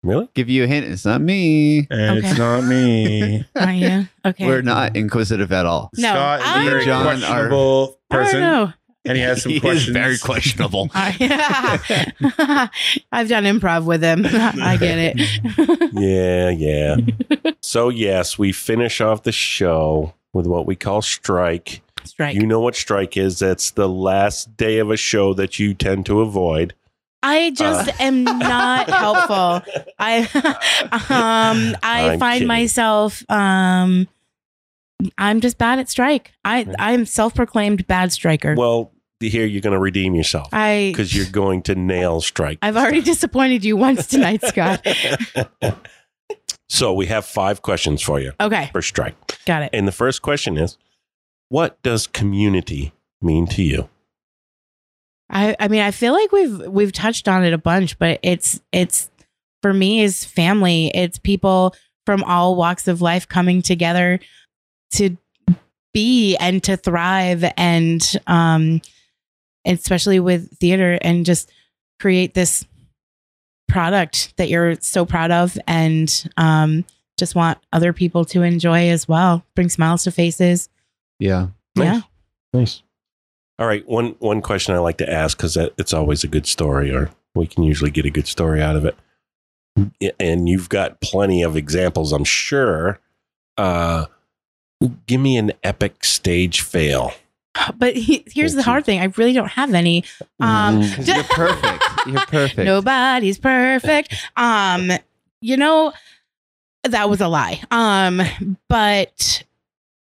S1: Really?
S2: Give you a hint. It's not me.
S3: and
S4: Okay.
S3: it's not me. <laughs>
S4: Oh, yeah. Okay.
S2: We're not inquisitive at all.
S4: <laughs> No,
S3: Scott is
S4: I-
S3: a very
S2: John are-
S3: questionable
S4: I don't
S3: person,
S4: know.
S3: and <laughs> he has
S2: <laughs>
S3: some
S2: He is
S3: questions.
S2: very questionable.
S4: <laughs> I- <laughs> I've done improv with him. <laughs> I get it.
S3: <laughs>
S1: Yeah,
S4: <laughs>
S1: yeah. so, yes, we finish off the show with what we call strike.
S4: Strike.
S1: You know what strike is? That's the last day of a show that you tend to avoid.
S3: <laughs>
S4: I just am not helpful. I <laughs> um I
S1: I'm
S4: find
S1: kidding.
S4: myself um I'm just bad at strike. I I'm self-proclaimed bad striker.
S1: <laughs> Well, here you're going to redeem yourself
S4: I
S1: because you're going to nail strike.
S4: I've already <laughs> disappointed you once tonight,
S1: <laughs>
S4: Scott.
S1: so, we have five questions for you
S4: Okay,
S1: for strike.
S4: got it.
S1: And the first question is what does community mean to you?
S4: I I mean I feel like we've we've touched on it a bunch, but it's it's for me is family. It's people from all walks of life coming together to be and to thrive and um especially with theater and just create this product that you're so proud of and um just want other people to enjoy as well. Bring smiles to faces.
S2: Yeah.
S4: Yeah.
S1: Nice. All right. One one question I like to ask because it's always a good story, or we can usually get a good story out of it. And you've got plenty of examples, I'm sure. Uh, give me an epic stage fail.
S4: But he, here's the
S1: Thank you.
S4: hard thing. I really don't have any. Um,
S1: <laughs>
S2: 'Cause You're
S4: <laughs>
S2: perfect. You're perfect. <laughs>
S4: Nobody's perfect. Um, you know, that was a lie. Um, but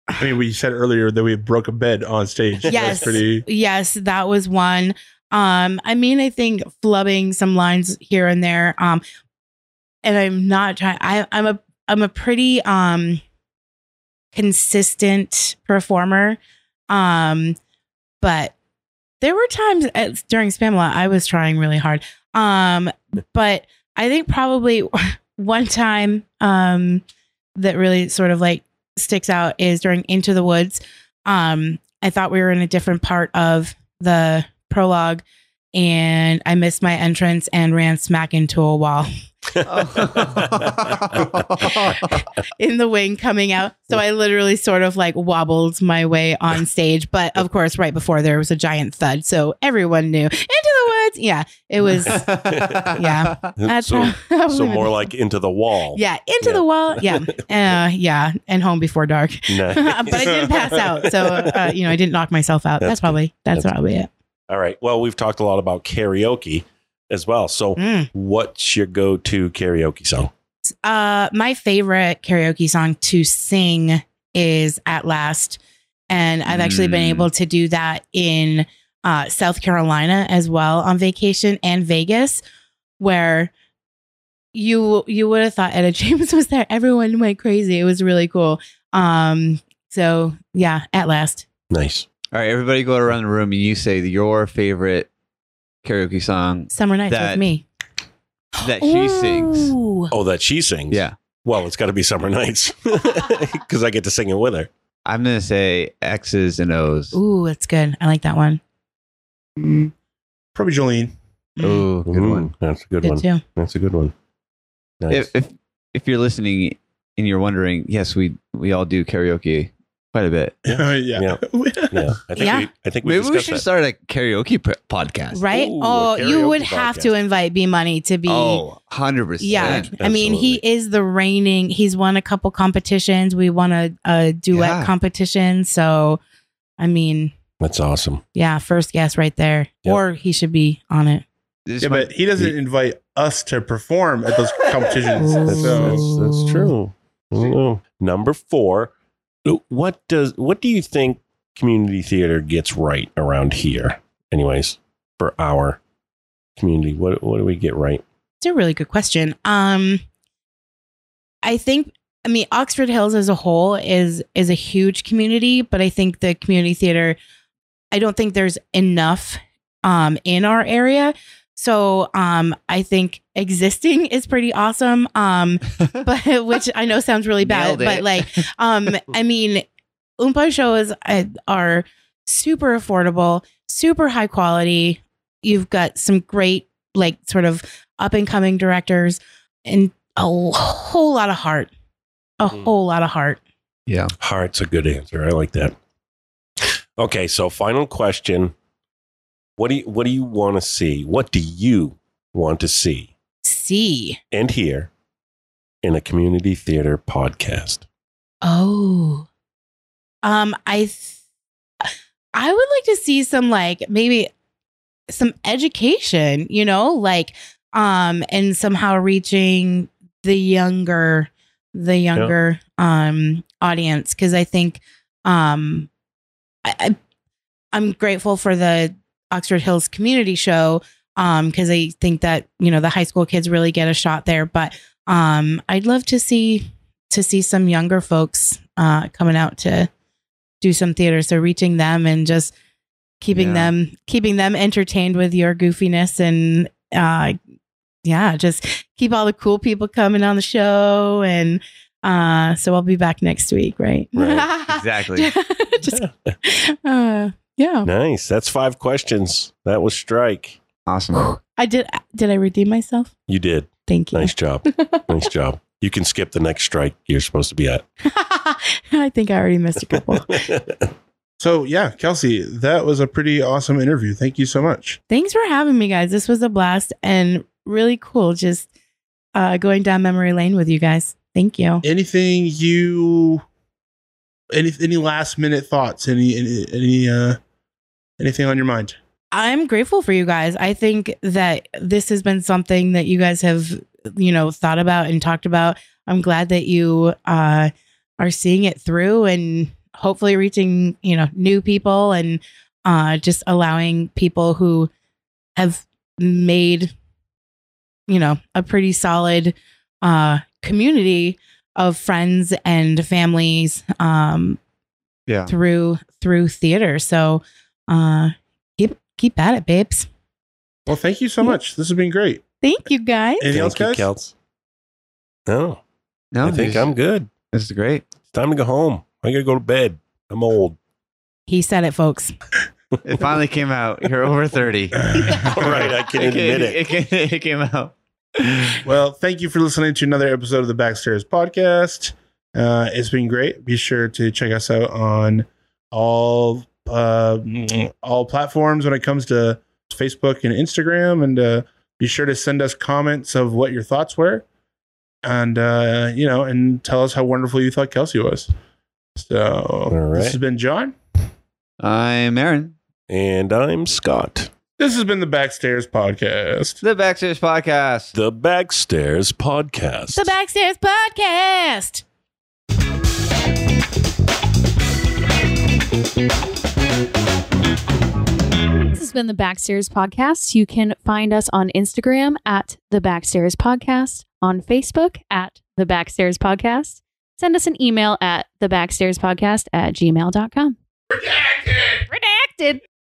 S3: I mean, we said earlier that we broke a bed on stage. That's
S4: Yes.
S3: pretty.
S4: yes, that was one. Um, I mean, I think flubbing some lines here and there. Um, and I'm not trying. I, I'm a I'm a pretty um consistent performer. Um, but there were times at, during Spamla I was trying really hard. Um, but I think probably <laughs> one time um that really sort of like sticks out is during Into the Woods. Um, I thought we were in a different part of the prologue and I missed my entrance and ran smack into a wall <laughs> oh. in the wing coming out. So I literally sort of like wobbled my way
S1: <laughs>
S4: on stage. But of course, right before there was a giant thud. So everyone knew into the woods. Yeah, it
S1: <laughs>
S4: was.
S2: yeah.
S4: That's <laughs>
S1: so,
S4: probably-
S1: so more like into the wall.
S4: Yeah, into
S1: Yeah.
S4: the wall. Yeah.
S1: <laughs>
S4: Uh, yeah. And home before dark. <laughs>
S1: No.
S4: but I didn't pass out. So,
S1: <laughs>
S4: uh, you know, I didn't knock myself out.
S1: That's
S4: That's, probably, that's,
S1: That's
S4: probably it.
S1: All right. Well, we've talked a lot about karaoke as well. So,
S4: Mm.
S1: what's your go-to karaoke song?
S4: uh my favorite karaoke song to sing is at last And I've actually been
S2: Mm.
S4: able to do that in uh, South Carolina as well on vacation and Vegas, where you you would have thought Etta <laughs> James was there. Everyone went crazy. It was really cool. Um, so yeah, at last.
S1: Nice.
S2: All right, everybody go around the room and you say your favorite karaoke song
S4: Summer nights
S2: That
S4: with me.
S2: that she sings.
S4: Ooh.
S1: Oh, that she sings.
S2: Yeah.
S1: Well, it's got to be Summer
S4: <laughs>
S1: Nights <laughs> because I get to sing it with her.
S2: I'm going to say X's and O's. Ooh,
S4: Ooh, that's good. I like that one.
S3: Mm, Probably Jolene. <laughs>
S2: good
S1: Ooh,
S2: one.
S1: Mm, That's a good,
S4: Mm. Good
S1: one.
S4: too.
S1: That's a good one. Nice.
S2: If, if if you're listening and you're wondering, yes, we we all do karaoke quite a bit.
S3: Yeah. yeah. <laughs>
S1: yeah. I think
S4: Yeah.
S1: we, I think we
S2: Maybe we
S1: discussed
S2: should
S1: that.
S2: start a karaoke p- podcast.
S4: Right?
S1: Ooh, a
S4: oh, you would
S1: karaoke
S4: have
S1: podcast.
S4: to invite B Money to be.
S2: Oh, 100%.
S4: Yeah. I mean, he
S1: Absolutely.
S4: is the reigning, he's won a couple competitions. We won a, a duet
S2: Yeah.
S4: competition. So, I mean,
S1: That's awesome.
S4: yeah, first guess right there.
S1: Yep.
S4: Or he should be on it.
S2: This
S3: Yeah,
S2: might-
S3: but he doesn't invite us to perform at those
S1: <laughs>
S3: competitions.
S1: That's,
S3: so
S1: that's, that's true. I don't know. Number four. What does what do you think community theater gets right around here? Anyways, for our community, what what do we get right?
S4: It's a really good question. Um, I think, I mean, Oxford Hills as a whole is is a huge community, but I think the community theater, I don't think there's enough um, in our area. So um, I think existing is pretty awesome. Um, <laughs> but which I know sounds really
S2: Nailed
S4: bad, but
S2: it.
S4: like,
S2: <laughs>
S4: um, I mean, Oompa shows uh, are super affordable, super high quality. You've got some great, like, sort of up and coming directors and a l- whole lot of heart. A
S2: Hmm.
S1: Mhm.
S4: whole lot of heart.
S2: yeah.
S1: Heart's a good answer. I like that. Okay, so final question. What do you what do you want to see? What do you want to see
S4: See.
S1: and hear in a community theater podcast?
S4: Oh. Um, I th- I would like to see some like maybe some education, you know, like um and somehow reaching the younger the younger um audience cuz I think um I, I I'm grateful for the Oxford Hills community show um cuz I think that, you know, the high school kids really get a shot there, but um I'd love to see to see some younger folks uh, coming out to do some theater. So reaching them and just keeping
S2: Yeah.
S4: them keeping them entertained with your goofiness and uh, yeah, just keep all the cool people coming on the show. And uh, so I'll be back next week, right?
S1: Right,
S2: <laughs>
S4: <laughs>
S2: exactly.
S4: just, uh, yeah,
S1: Nice. That's five questions. That was strike. Oh,
S2: Awesome.
S4: I did. Did I redeem myself?
S1: You did.
S4: Thank you.
S1: Nice job. nice job. You can skip the next strike you're supposed to be at.
S4: <laughs>
S1: <laughs>
S4: I think I already missed a couple.
S3: so yeah, Kelsey, that was a pretty awesome interview. Thank you so much.
S4: thanks for having me guys this was a blast and really cool just uh going down memory lane with you guys thank you
S3: Anything you any any last minute thoughts? Any any, any uh anything on your mind?
S4: i'm grateful for you guys i think that this has been something that you guys have you know thought about and talked about i'm glad that you uh are seeing it through and hopefully reaching you know new people and uh just allowing people who have made you know a pretty solid uh community of friends and families um
S2: Yeah.
S4: through through theater so uh keep keep at it babes
S3: Well, thank you so much. This has been great.
S4: thank you guys
S3: Anything else, guys?
S1: Thank you, Kels. No,
S2: No,
S1: I think
S2: this-
S1: I'm good.
S2: This is great.
S1: It's time to go home. I gotta go to bed. I'm old.
S4: he said it folks
S2: It
S1: <laughs>
S2: finally came out. You're over 30.
S3: <sighs>
S1: All right, I can admit it.
S2: <laughs> It, ca- it came <laughs> out.
S3: Well, thank you for listening to another episode of the Backstairs Podcast. Uh, it's been great. Be sure to check us out on all uh, all platforms when it comes to Facebook and Instagram, and uh, be sure to send us comments of what your thoughts were, and uh, you know, and tell us how wonderful you thought Kelsey was. So
S1: right.
S3: this has been John.
S2: I'm Aaron.
S1: And I'm Scott.
S3: This has been the Backstairs Podcast.
S2: The Backstairs Podcast.
S1: The Backstairs Podcast.
S4: the backstairs podcast
S6: been the Backstairs Podcast. You can find us on Instagram at the Backstairs Podcast, on Facebook at the Backstairs Podcast. Send us an email at the Backstairs Podcast at gmail.com. Redacted. Redacted.